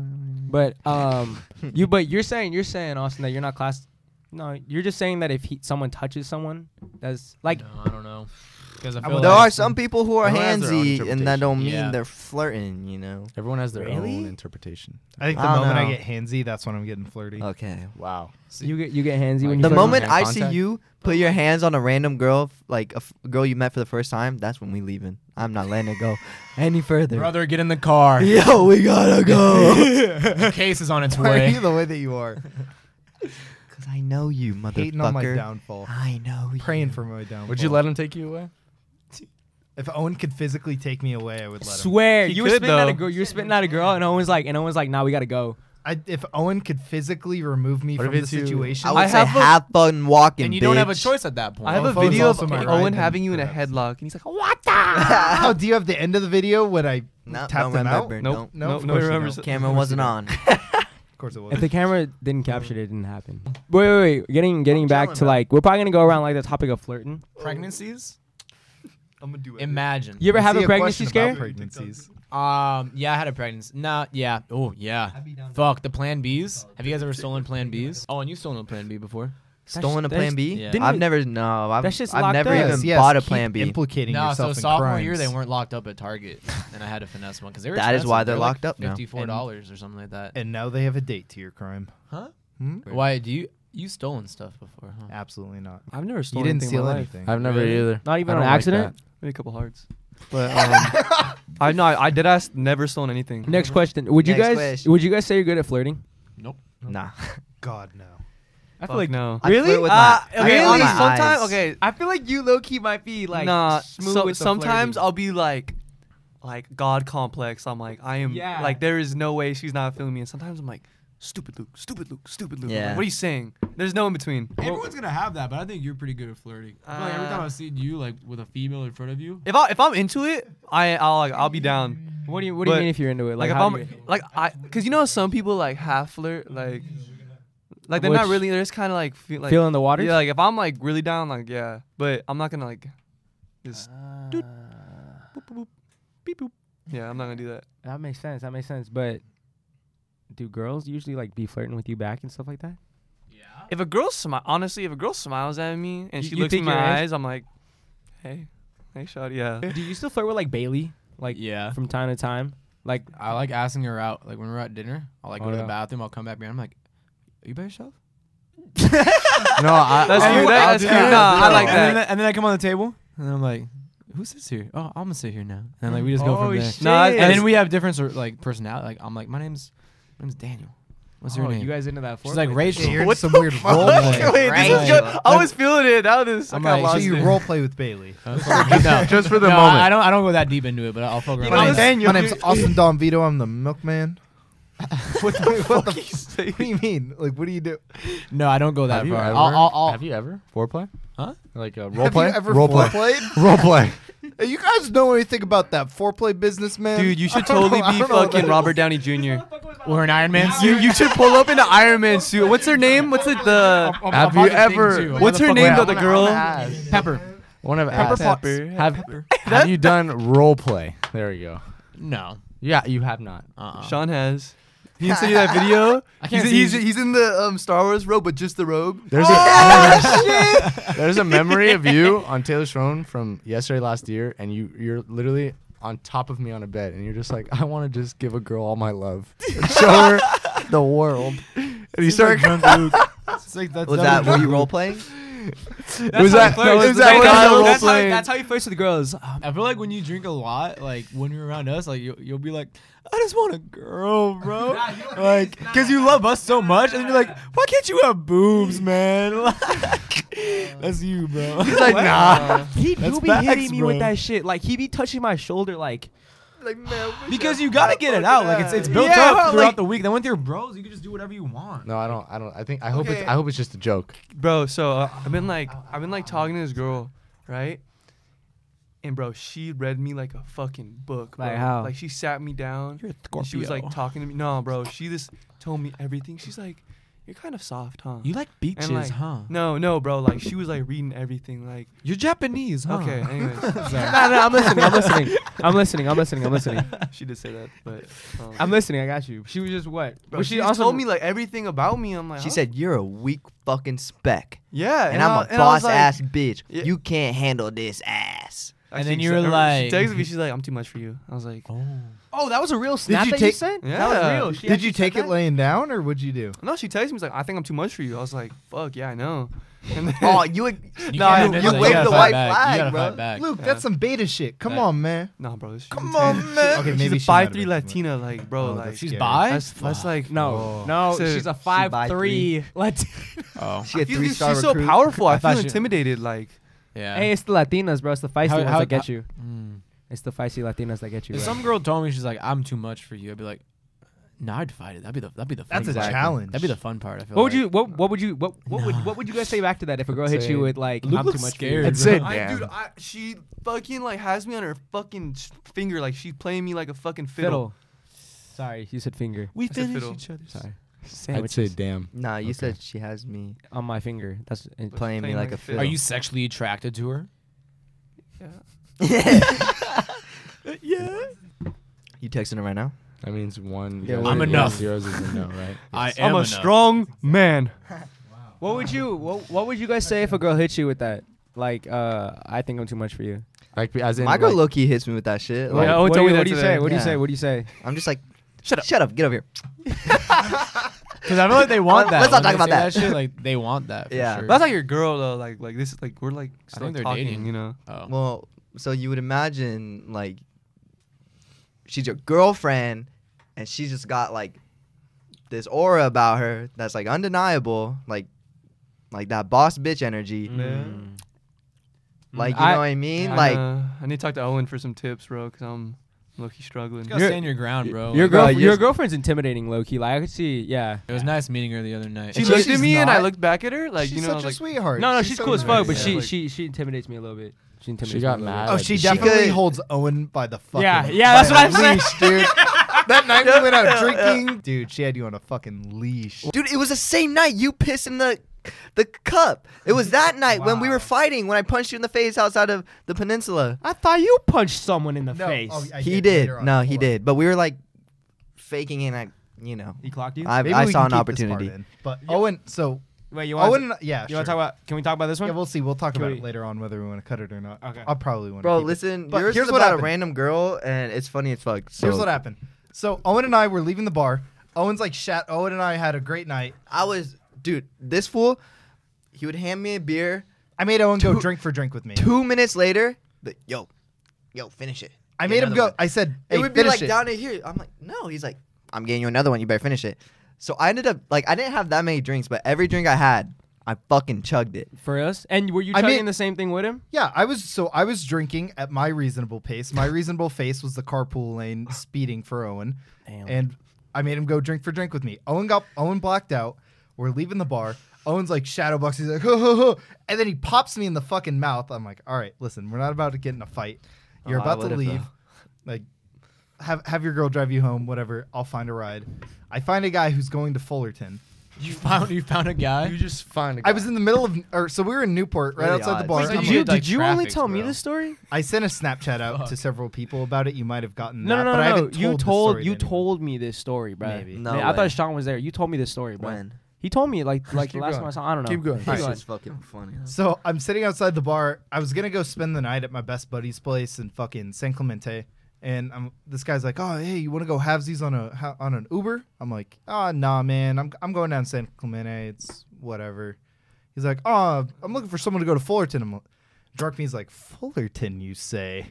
Speaker 1: But um, you but you're saying you're saying Austin that you're not class. No, you're just saying that if he, someone touches someone, that's like
Speaker 3: No, I don't know. Because I
Speaker 6: I'm
Speaker 3: feel
Speaker 6: with
Speaker 3: like
Speaker 2: There are
Speaker 6: Well,
Speaker 2: some people who are
Speaker 4: everyone has their own
Speaker 2: handsy, and that don't mean
Speaker 3: Yeah.
Speaker 2: they're flirting. You know.
Speaker 4: Everyone has their
Speaker 2: Really?
Speaker 4: own interpretation.
Speaker 6: I think the
Speaker 2: I don't
Speaker 6: moment I
Speaker 2: know.
Speaker 6: get handsy, that's when I'm getting flirty.
Speaker 2: Okay.
Speaker 4: Wow.
Speaker 1: You get you get handsy when
Speaker 4: Like,
Speaker 1: you
Speaker 2: The
Speaker 1: first-
Speaker 4: put
Speaker 2: moment
Speaker 4: hand
Speaker 2: I see
Speaker 4: contact?
Speaker 2: you put your hands on a random girl, f- like a f- girl you met for the first time, that's when we leaving. I'm not letting it go any further.
Speaker 3: brother, get in the car.
Speaker 2: Yo, we gotta go.
Speaker 3: the case is on its
Speaker 6: Why are
Speaker 3: way.
Speaker 6: you the way that you are?
Speaker 2: Cause I know you,
Speaker 6: Hating on my
Speaker 2: motherfucker.
Speaker 6: downfall.
Speaker 2: I know you.
Speaker 6: Praying for my downfall.
Speaker 4: Would you let him take you away?
Speaker 6: If Owen could physically take me away, I would let him.
Speaker 1: Swear,
Speaker 5: He
Speaker 1: you were
Speaker 5: could,
Speaker 1: spitting at a
Speaker 5: though.
Speaker 1: girl. You were spitting at a girl, and Owen's like, and Owen's like, nah, we gotta go.
Speaker 6: I, if Owen could physically remove me
Speaker 4: What if
Speaker 6: from the
Speaker 4: it's you?
Speaker 6: situation,
Speaker 2: I would
Speaker 5: I
Speaker 2: say
Speaker 5: have a-
Speaker 2: have fun walking.
Speaker 3: and you don't have a
Speaker 2: bitch.
Speaker 3: choice at that point.
Speaker 5: I have a
Speaker 6: phone's
Speaker 5: video of
Speaker 6: also my
Speaker 5: Owen
Speaker 6: right, then
Speaker 5: having you in a
Speaker 6: perhaps.
Speaker 5: headlock, and he's like, "What?"
Speaker 6: oh, do you have the end of the video when I
Speaker 2: No,
Speaker 6: tap
Speaker 2: don't
Speaker 6: them out?
Speaker 2: remember.
Speaker 5: Nope.
Speaker 6: No,
Speaker 5: Nope,
Speaker 6: of
Speaker 5: no one
Speaker 6: course you
Speaker 5: remembers
Speaker 6: don't.
Speaker 5: it.
Speaker 2: Camera wasn't on.
Speaker 6: Of course it was.
Speaker 1: If the camera didn't capture it, it didn't happen. Wait, wait, wait. Getting getting back
Speaker 2: telling
Speaker 1: to
Speaker 2: them.
Speaker 1: like, we're probably gonna go around like the topic of flirting.
Speaker 3: pregnancies.
Speaker 5: I'm gonna do
Speaker 3: Imagine.
Speaker 1: You ever have
Speaker 6: See
Speaker 1: a pregnancy
Speaker 6: question about
Speaker 1: scare?
Speaker 6: Pregnancies.
Speaker 3: Um. Yeah, I had a pregnancy. No. Yeah. Oh. Yeah. Fuck the Plan Bs. Have you guys ever stolen Plan Bs? Oh, and you stolen a Plan B before?
Speaker 2: Stolen a
Speaker 1: That's-
Speaker 2: plan B?
Speaker 3: yeah.
Speaker 1: Didn't
Speaker 2: I've
Speaker 1: it-
Speaker 2: never no. I've,
Speaker 1: That shit's
Speaker 2: I've
Speaker 1: locked
Speaker 2: never
Speaker 1: up.
Speaker 2: even
Speaker 6: Yes, yes,
Speaker 2: bought a
Speaker 6: keep
Speaker 2: plan B.
Speaker 6: Implicating
Speaker 3: No. So
Speaker 6: yourself in
Speaker 3: sophomore
Speaker 6: crimes.
Speaker 3: year they weren't locked up at Target, and I had to finesse one because they were.
Speaker 2: That is why
Speaker 3: expensive.
Speaker 2: they're
Speaker 3: like
Speaker 2: locked up now.
Speaker 3: Fifty-four dollars or something like that.
Speaker 6: And now they have a date to your crime.
Speaker 3: huh?
Speaker 6: Hmm?
Speaker 3: Why do you you stolen stuff before? Huh?
Speaker 6: Absolutely not.
Speaker 1: I've never
Speaker 6: You
Speaker 1: stolen
Speaker 6: didn't
Speaker 1: anything in
Speaker 6: steal
Speaker 1: my life.
Speaker 6: anything.
Speaker 4: I've never
Speaker 3: Really?
Speaker 4: either.
Speaker 1: Not even
Speaker 4: I
Speaker 1: on
Speaker 4: don't like
Speaker 1: accident?
Speaker 4: that.
Speaker 5: Maybe a couple hearts. But um, I no, I, I did ask. Never stolen anything.
Speaker 1: Next question. Would you
Speaker 2: Mm-hmm. Next
Speaker 1: guys
Speaker 2: question.
Speaker 1: would you guys say you're good at flirting?
Speaker 2: Nah.
Speaker 6: God no.
Speaker 5: I feel like no.
Speaker 2: I flirt with
Speaker 5: Uh,
Speaker 1: Ah,
Speaker 2: my- I
Speaker 5: okay,
Speaker 2: flirt with
Speaker 5: honestly,
Speaker 2: my eyes.
Speaker 5: sometimes okay.
Speaker 1: I feel like you low key might be
Speaker 5: nah, so, sometimes I'll be like, like God complex. I'm like, I am
Speaker 1: Yeah.
Speaker 5: like, there is no way she's not feeling me. And sometimes I'm like, stupid Luke, stupid Luke, stupid Luke. I'm like,
Speaker 2: Yeah.
Speaker 5: what are you saying? There's no in between.
Speaker 3: Everyone's gonna have that, but I think you're pretty good at flirting. I feel like every
Speaker 5: Uh,
Speaker 3: time I've seen you like with a female in front of you,
Speaker 5: If I if I'm into it, I I'll like, I'll be down.
Speaker 1: What do you What do you
Speaker 5: But,
Speaker 1: mean if you're into it?
Speaker 5: Like,
Speaker 1: Like,
Speaker 5: if
Speaker 1: how
Speaker 5: I'm
Speaker 1: do you-
Speaker 5: like I, cause you know how some people like half flirt like. Like they're not
Speaker 1: Which-
Speaker 5: really. They're just kind of like, feel, like
Speaker 1: feeling the waters?
Speaker 5: Yeah, like if I'm like really down, like yeah, but I'm not gonna like just doot, boop, boop, boop, beep, boop. Yeah, I'm not gonna do that.
Speaker 1: that makes sense. That makes sense. But do girls usually like be flirting with you back and stuff like that?
Speaker 5: If a girl smi- honestly, if a girl smiles at me
Speaker 1: You-
Speaker 5: and she
Speaker 1: you
Speaker 5: looks me
Speaker 1: think
Speaker 5: in my
Speaker 1: you're nice?
Speaker 5: eyes, I'm like, hey, hey, shot, yeah.
Speaker 1: Do you still flirt with like Bailey? Like
Speaker 3: yeah.
Speaker 1: from time to time? Like
Speaker 3: I like asking her out. Like when we're at dinner, I'll like
Speaker 1: Oh,
Speaker 3: go to
Speaker 1: yeah.
Speaker 3: the bathroom. I'll come back and I'm like, "Are you by yourself?"
Speaker 4: no, I,
Speaker 5: That's
Speaker 4: I,
Speaker 5: you.
Speaker 4: I,
Speaker 5: That, that's you.
Speaker 3: that.
Speaker 5: Nah, I like
Speaker 3: And
Speaker 5: that.
Speaker 3: then, and then I come on the table and I'm like, "Who sits here? Oh, I'm gonna sit here now." And like we just go
Speaker 5: Oh,
Speaker 3: from there.
Speaker 5: shit. Nah,
Speaker 3: and
Speaker 5: that's-
Speaker 3: then we have different sort like personality. Like I'm like, "My name's my name's Daniel. What's your
Speaker 1: oh,
Speaker 3: name?"
Speaker 1: you guys into that?
Speaker 3: She's like
Speaker 1: foreplay
Speaker 3: Rachel.
Speaker 6: Yeah, you're in
Speaker 5: What
Speaker 6: some
Speaker 5: the
Speaker 6: weird
Speaker 5: fuck?
Speaker 6: role play.
Speaker 5: Wait, this is
Speaker 2: Right.
Speaker 5: good. I was feeling it. That was. I
Speaker 3: I'm
Speaker 5: got
Speaker 3: like,
Speaker 6: So
Speaker 5: lost.
Speaker 6: you
Speaker 5: there.
Speaker 6: role play with Bailey.
Speaker 3: no,
Speaker 4: just for the
Speaker 3: no,
Speaker 4: moment.
Speaker 3: I, I don't. I don't go that deep into it, but I'll fuck around.
Speaker 5: know,
Speaker 6: My
Speaker 5: I
Speaker 6: name's,
Speaker 5: was-
Speaker 6: my name's Austin Don Vito. I'm the milkman. what the, what the
Speaker 5: Fuck you
Speaker 6: f-
Speaker 5: say.
Speaker 6: What do you mean? Like, what do you do?
Speaker 3: no, I don't go that
Speaker 4: have you
Speaker 3: far.
Speaker 4: ever?
Speaker 3: I'll, I'll, I'll,
Speaker 4: have you ever foreplay?
Speaker 3: Huh?
Speaker 4: Like uh, role
Speaker 6: Have
Speaker 4: play?
Speaker 6: you ever
Speaker 4: role play?
Speaker 6: foreplayed?
Speaker 4: Role play.
Speaker 6: Hey, you guys know anything about that foreplay business, man?
Speaker 5: Dude, you
Speaker 6: I
Speaker 5: should
Speaker 6: don't know-
Speaker 5: totally
Speaker 6: I
Speaker 5: be
Speaker 6: don't know what
Speaker 5: fucking
Speaker 6: that
Speaker 5: Robert Downey Jr.
Speaker 3: or an Iron Man
Speaker 5: You
Speaker 3: suit.
Speaker 5: you should pull up in the Iron Man suit. What's her name? What's it the
Speaker 3: I'm- I'm
Speaker 4: Have
Speaker 3: about
Speaker 4: you
Speaker 3: to think
Speaker 4: ever-
Speaker 3: too. I'm
Speaker 5: What's
Speaker 3: about
Speaker 5: her
Speaker 3: to
Speaker 5: name
Speaker 3: fuck
Speaker 5: though?
Speaker 3: around.
Speaker 5: The girl.
Speaker 3: Pepper.
Speaker 4: One of
Speaker 5: Pepper
Speaker 4: asked.
Speaker 5: Potts.
Speaker 4: Have, have you done role play? There we go.
Speaker 3: No.
Speaker 4: Yeah, you have not.
Speaker 3: Uh-uh.
Speaker 5: Sean has. You didn't see that video?
Speaker 3: I can't
Speaker 5: he's,
Speaker 3: see-
Speaker 5: he's, he's in the um, Star Wars robe, but just the robe.
Speaker 4: There's
Speaker 3: Oh,
Speaker 4: a there's a memory of you on Taylor's phone from yesterday last year, and you you're literally on top of me on a bed, and you're just like, I want to just give a girl all my love, and show her the world, and you start.
Speaker 6: It's like that's
Speaker 2: Was that were you role playing?
Speaker 5: That's
Speaker 4: Was
Speaker 5: how
Speaker 4: that-
Speaker 5: he flirts.
Speaker 4: was that
Speaker 5: That's
Speaker 4: when
Speaker 5: how-
Speaker 4: I was
Speaker 5: that's how-
Speaker 4: playing?
Speaker 5: That's how he flirts with the girls.
Speaker 3: I feel like when you drink a lot, like when you're around us, like you'll, you'll be like, I just want a girl, bro. like, because you love us so much, and you're like, why can't you have boobs, man? Like, that's you, bro.
Speaker 4: He's like, nah.
Speaker 1: He do
Speaker 3: That's
Speaker 1: be
Speaker 3: facts,
Speaker 1: hitting me with
Speaker 3: bro.
Speaker 1: that shit. Like he be touching my shoulder. Like
Speaker 3: because you gotta get it out. Like, it's, it's built
Speaker 5: Yeah,
Speaker 3: up
Speaker 5: like-
Speaker 3: throughout the week. Then with your bros, you can just do whatever you want.
Speaker 4: No, I don't. I don't. I think. I hope
Speaker 5: Okay.
Speaker 4: it's. I hope it's just a joke.
Speaker 5: Bro, so uh, I've been like, I've been like talking to this girl, right? And bro, she read me like a fucking book. Bro.
Speaker 1: Like how?
Speaker 5: Like she sat me down.
Speaker 3: You're a
Speaker 5: and She was like
Speaker 3: Scorpio.
Speaker 5: talking to me. No, bro, she just told me everything. She's like, you're kind of soft, huh?
Speaker 3: You like beaches,
Speaker 5: like,
Speaker 3: huh?
Speaker 5: No, no, bro. Like she was like reading everything. Like
Speaker 3: You're Japanese, huh?
Speaker 5: okay, anyways,
Speaker 1: no, no, I'm listening. I'm listening. I'm listening. I'm listening. I'm listening.
Speaker 5: she did say that, but um,
Speaker 1: I'm listening. I got you. She was just what?
Speaker 5: Bro,
Speaker 1: was
Speaker 5: she, also told me like everything about me. I'm like,
Speaker 2: She
Speaker 5: huh?
Speaker 2: said, "You're a weak fucking speck,
Speaker 5: yeah,
Speaker 2: and, I'm
Speaker 5: I-
Speaker 2: a
Speaker 5: I was
Speaker 2: boss
Speaker 5: like-
Speaker 2: ass bitch.
Speaker 5: Yeah.
Speaker 2: You can't handle this ass."
Speaker 3: And
Speaker 5: Actually,
Speaker 3: then
Speaker 5: she
Speaker 3: you were
Speaker 5: said-
Speaker 3: like,
Speaker 5: she texted me. She's like, I'm too much for you. I was like,
Speaker 1: Oh, that was a real snap
Speaker 6: you
Speaker 1: that you
Speaker 6: take-
Speaker 1: sent?
Speaker 5: Yeah.
Speaker 1: That was real. She
Speaker 6: Did
Speaker 1: actually
Speaker 6: you
Speaker 1: said
Speaker 6: take it
Speaker 1: that?
Speaker 6: laying down, or what'd you do?
Speaker 5: no, she texted me. She's like, I think I'm too much for you. I was like, fuck yeah, I know. And then,
Speaker 2: Oh, you would.
Speaker 3: You
Speaker 2: no,
Speaker 3: can't
Speaker 2: you,
Speaker 3: admit
Speaker 2: you
Speaker 3: that.
Speaker 2: waved
Speaker 3: gotta
Speaker 2: the
Speaker 3: fight
Speaker 2: white
Speaker 3: back. You
Speaker 2: flag,
Speaker 3: gotta
Speaker 2: bro.
Speaker 3: fight back.
Speaker 6: Luke, that's some beta shit. Come
Speaker 3: That-
Speaker 6: on, man.
Speaker 5: nah, bro. She's
Speaker 6: Come
Speaker 5: a ten.
Speaker 6: on, man.
Speaker 5: Okay,
Speaker 6: Okay,
Speaker 5: maybe
Speaker 6: maybe
Speaker 5: she's
Speaker 6: she
Speaker 5: a
Speaker 6: might have
Speaker 5: five three
Speaker 6: been too much.
Speaker 5: Latina, like bro,
Speaker 6: Oh,
Speaker 5: like
Speaker 6: that's
Speaker 3: She's
Speaker 6: Scary.
Speaker 3: bi?
Speaker 5: That's, that's like oh.
Speaker 1: No, no,
Speaker 5: So-
Speaker 1: she's a
Speaker 2: by
Speaker 1: five three. Latin.
Speaker 3: Oh.
Speaker 2: She had
Speaker 5: Feel-
Speaker 2: three
Speaker 5: she's
Speaker 2: star
Speaker 5: so powerful. I,
Speaker 1: I
Speaker 5: feel
Speaker 1: thought she-
Speaker 5: intimidated. Like
Speaker 3: Yeah.
Speaker 1: Hey, it's the Latinas, bro. It's the feisty
Speaker 3: How-
Speaker 1: ones
Speaker 3: how-
Speaker 1: that get
Speaker 3: how-
Speaker 1: you.
Speaker 3: Mm.
Speaker 1: It's the feisty Latinas that get you.
Speaker 3: If
Speaker 1: bro.
Speaker 3: some girl told me she's like, "I'm too much for you," I'd be like, "No, I'd fight it. That'd be the that'd be the fun
Speaker 6: That's a
Speaker 3: part.
Speaker 6: challenge.
Speaker 3: That'd be the fun part." I feel
Speaker 1: What would
Speaker 3: like.
Speaker 1: you? What? What would you? What? What would?
Speaker 3: Nah.
Speaker 1: What would you guys say back to that if a girl hit
Speaker 3: Say-
Speaker 1: you with like,
Speaker 3: Luke
Speaker 1: "I'm too
Speaker 3: looks
Speaker 1: much"? for you?
Speaker 3: scared.
Speaker 1: It's-
Speaker 6: That's it.
Speaker 5: I, dude,
Speaker 4: Damn.
Speaker 5: I, she fucking like has me on her fucking s- finger. Like she's playing me like a fucking fiddle.
Speaker 1: Fiddle. Sorry, you said finger.
Speaker 3: We
Speaker 5: That's a
Speaker 3: finish
Speaker 5: fiddle.
Speaker 3: each other's.
Speaker 1: Sorry,
Speaker 4: I'd say, damn.
Speaker 2: Nah, you said she has me
Speaker 1: on my finger. That's it.
Speaker 2: playing me like
Speaker 5: playing like
Speaker 2: a
Speaker 5: a
Speaker 2: fiddle.
Speaker 3: Are you sexually attracted to her?
Speaker 2: You texting her right now?
Speaker 4: That means one.
Speaker 1: Yeah,
Speaker 4: you
Speaker 1: I'm
Speaker 4: guys are-
Speaker 3: enough.
Speaker 4: Zeros is a no, right?
Speaker 3: I
Speaker 5: I'm a strong man.
Speaker 1: What would you? What, what would you guys say if a girl hit you with that? Like, uh, I think I'm too much for you.
Speaker 4: Like as in
Speaker 2: My girl
Speaker 4: like,
Speaker 2: low key hits me with that shit.
Speaker 1: What,
Speaker 2: Like,
Speaker 5: Yeah, oh,
Speaker 1: what
Speaker 5: tell
Speaker 1: do
Speaker 5: me
Speaker 1: you,
Speaker 5: that
Speaker 1: what do you
Speaker 5: today.
Speaker 1: say? What do you
Speaker 2: Yeah.
Speaker 1: say? What do you say?
Speaker 2: I'm just like,
Speaker 5: Shut up.
Speaker 2: shut up, get over here.
Speaker 3: Because I feel like they want that.
Speaker 2: Let's not
Speaker 3: When
Speaker 2: talk
Speaker 3: they
Speaker 2: about
Speaker 3: say shit, like they want that. For
Speaker 2: Yeah.
Speaker 3: Sure.
Speaker 5: That's like your girl though. Like like this is like we're like still
Speaker 3: they're
Speaker 5: talking.
Speaker 3: dating.
Speaker 5: You know.
Speaker 3: oh.
Speaker 2: Well, so you would imagine like she's your girlfriend, and she just got like this aura about her that's like undeniable, like like that boss bitch energy.
Speaker 5: Man.
Speaker 2: Like you
Speaker 1: Mm. I-
Speaker 2: know what I mean?
Speaker 5: I,
Speaker 2: like
Speaker 5: uh, I need to talk to Owen for some tips, bro, because I'm lucky struggling.
Speaker 3: You gotta
Speaker 1: You're-
Speaker 3: stand your ground, bro.
Speaker 1: Your
Speaker 3: Like,
Speaker 1: girl,
Speaker 2: Bro,
Speaker 1: your
Speaker 2: you're-
Speaker 1: girlfriend's intimidating, low key. Like I could see, yeah.
Speaker 3: It was nice meeting her the other night.
Speaker 5: She
Speaker 6: And
Speaker 5: looked
Speaker 6: she's
Speaker 5: at me and I
Speaker 6: not-
Speaker 5: looked back at her, like
Speaker 6: she's
Speaker 5: you know,
Speaker 6: such a
Speaker 5: like
Speaker 6: sweetheart.
Speaker 1: No, no, she's, cool as fuck, but
Speaker 5: nice.
Speaker 1: she,
Speaker 5: Yeah.
Speaker 1: she, she intimidates me a little bit. She intimidates.
Speaker 4: She got
Speaker 1: me a little
Speaker 4: mad.
Speaker 1: bit.
Speaker 6: Oh,
Speaker 4: like,
Speaker 6: she
Speaker 2: she
Speaker 6: definitely
Speaker 2: could-
Speaker 6: holds Owen by the fucking.
Speaker 1: Yeah, yeah, that's
Speaker 6: by
Speaker 1: what
Speaker 6: a
Speaker 1: I'm saying.
Speaker 6: leash, dude. that night we went out drinking, dude. She had you on a fucking leash.
Speaker 2: Dude, it was the same night you pissed in the the cup. It was that night when we were fighting when I punched you in the face outside of the peninsula.
Speaker 1: I thought you punched someone in the
Speaker 6: Oh,
Speaker 1: face.
Speaker 2: he oh, did. No, he did. But we were like faking it like you know.
Speaker 1: He clocked you.
Speaker 2: I, I saw an opportunity.
Speaker 6: But Owen, so
Speaker 1: Wait, you want?
Speaker 6: Owen, yeah,
Speaker 1: You
Speaker 6: sure.
Speaker 1: want to talk about? Can we talk about this one?
Speaker 6: Yeah, we'll see. We'll talk
Speaker 1: Can
Speaker 6: about
Speaker 1: we-
Speaker 6: it later on whether we want to cut it or not.
Speaker 1: Okay.
Speaker 6: I'll probably want.
Speaker 2: Bro,
Speaker 6: keep It.
Speaker 2: listen,
Speaker 6: But
Speaker 2: yours
Speaker 6: here's
Speaker 2: is
Speaker 6: what
Speaker 2: about
Speaker 6: happened.
Speaker 2: a random girl and it's funny as fuck. So
Speaker 6: Here's what happened. So Owen and I were leaving the bar. Owen's like, "Shat." Owen and I had a great night.
Speaker 2: I was dude, this fool, he would hand me a beer.
Speaker 6: I made Owen go
Speaker 2: Two-
Speaker 6: drink for drink with me.
Speaker 2: Two minutes later, the, yo, yo, finish it.
Speaker 6: I
Speaker 2: Get
Speaker 6: made him
Speaker 2: another
Speaker 6: go.
Speaker 2: one.
Speaker 6: I said,
Speaker 2: it
Speaker 6: "Hey,
Speaker 2: would be
Speaker 6: finish
Speaker 2: like
Speaker 6: it."
Speaker 2: down to here. I'm like, no. He's like, I'm getting you another one. You better finish it. So I ended up like I didn't have that many drinks, but every drink I had, I fucking chugged it.
Speaker 1: For us, and were you
Speaker 6: I
Speaker 1: chugging
Speaker 6: mean-
Speaker 1: the same thing with him?
Speaker 6: Yeah, I was so I was drinking at my reasonable pace. My reasonable pace was the carpool lane speeding for Owen, and I made him go drink for drink with me. Owen got Owen blacked out. We're leaving the bar. Owen's like shadowbox. He's like, ho, ho, ho. and then he pops me in the fucking mouth. I'm like, all right, listen, we're not about to get in a fight. You're
Speaker 2: Oh, I
Speaker 6: about to
Speaker 2: would've,
Speaker 6: leave. Like, have have your girl drive you home. Whatever. I'll find a ride. I find a guy who's going to Fullerton.
Speaker 3: you found you found a guy.
Speaker 4: You just find. A
Speaker 6: I was in the middle of, or so we were in Newport, right
Speaker 2: Really
Speaker 6: outside the
Speaker 2: odd.
Speaker 6: bar.
Speaker 2: Wait,
Speaker 6: I'm
Speaker 1: Did
Speaker 6: like-
Speaker 1: you
Speaker 4: like
Speaker 1: did you only
Speaker 4: traffics,
Speaker 1: tell me
Speaker 4: bro.
Speaker 1: this story?
Speaker 6: I sent a Snapchat out to several people about it. You might have gotten
Speaker 1: No,
Speaker 6: that,
Speaker 1: no,
Speaker 6: but I
Speaker 1: no, no.
Speaker 6: haven't told
Speaker 1: You
Speaker 6: the
Speaker 1: told
Speaker 6: story
Speaker 1: you
Speaker 6: to anyone.
Speaker 1: told me this story, bro.
Speaker 6: Maybe.
Speaker 2: No
Speaker 1: Man, I
Speaker 2: way.
Speaker 1: thought Sean was there. You told me this story, bro.
Speaker 2: When?
Speaker 1: He told me like like the
Speaker 4: Keep
Speaker 1: last
Speaker 4: going.
Speaker 1: time I saw. I don't know.
Speaker 6: Oh,
Speaker 4: Keep going.
Speaker 1: Keep going.
Speaker 2: fucking funny.
Speaker 6: So I'm sitting outside the bar. I was gonna go spend the night at my best buddy's place in fucking San Clemente, and I'm, this guy's like, "Oh, hey, you want to go have these on a ha- on an Uber?" I'm like, "Ah, nah, man. I'm I'm going down to San Clemente. It's whatever." He's like, "Oh, I'm looking for someone to go to Fullerton." I'm like, Drunk me's like, "Fullerton, you say?"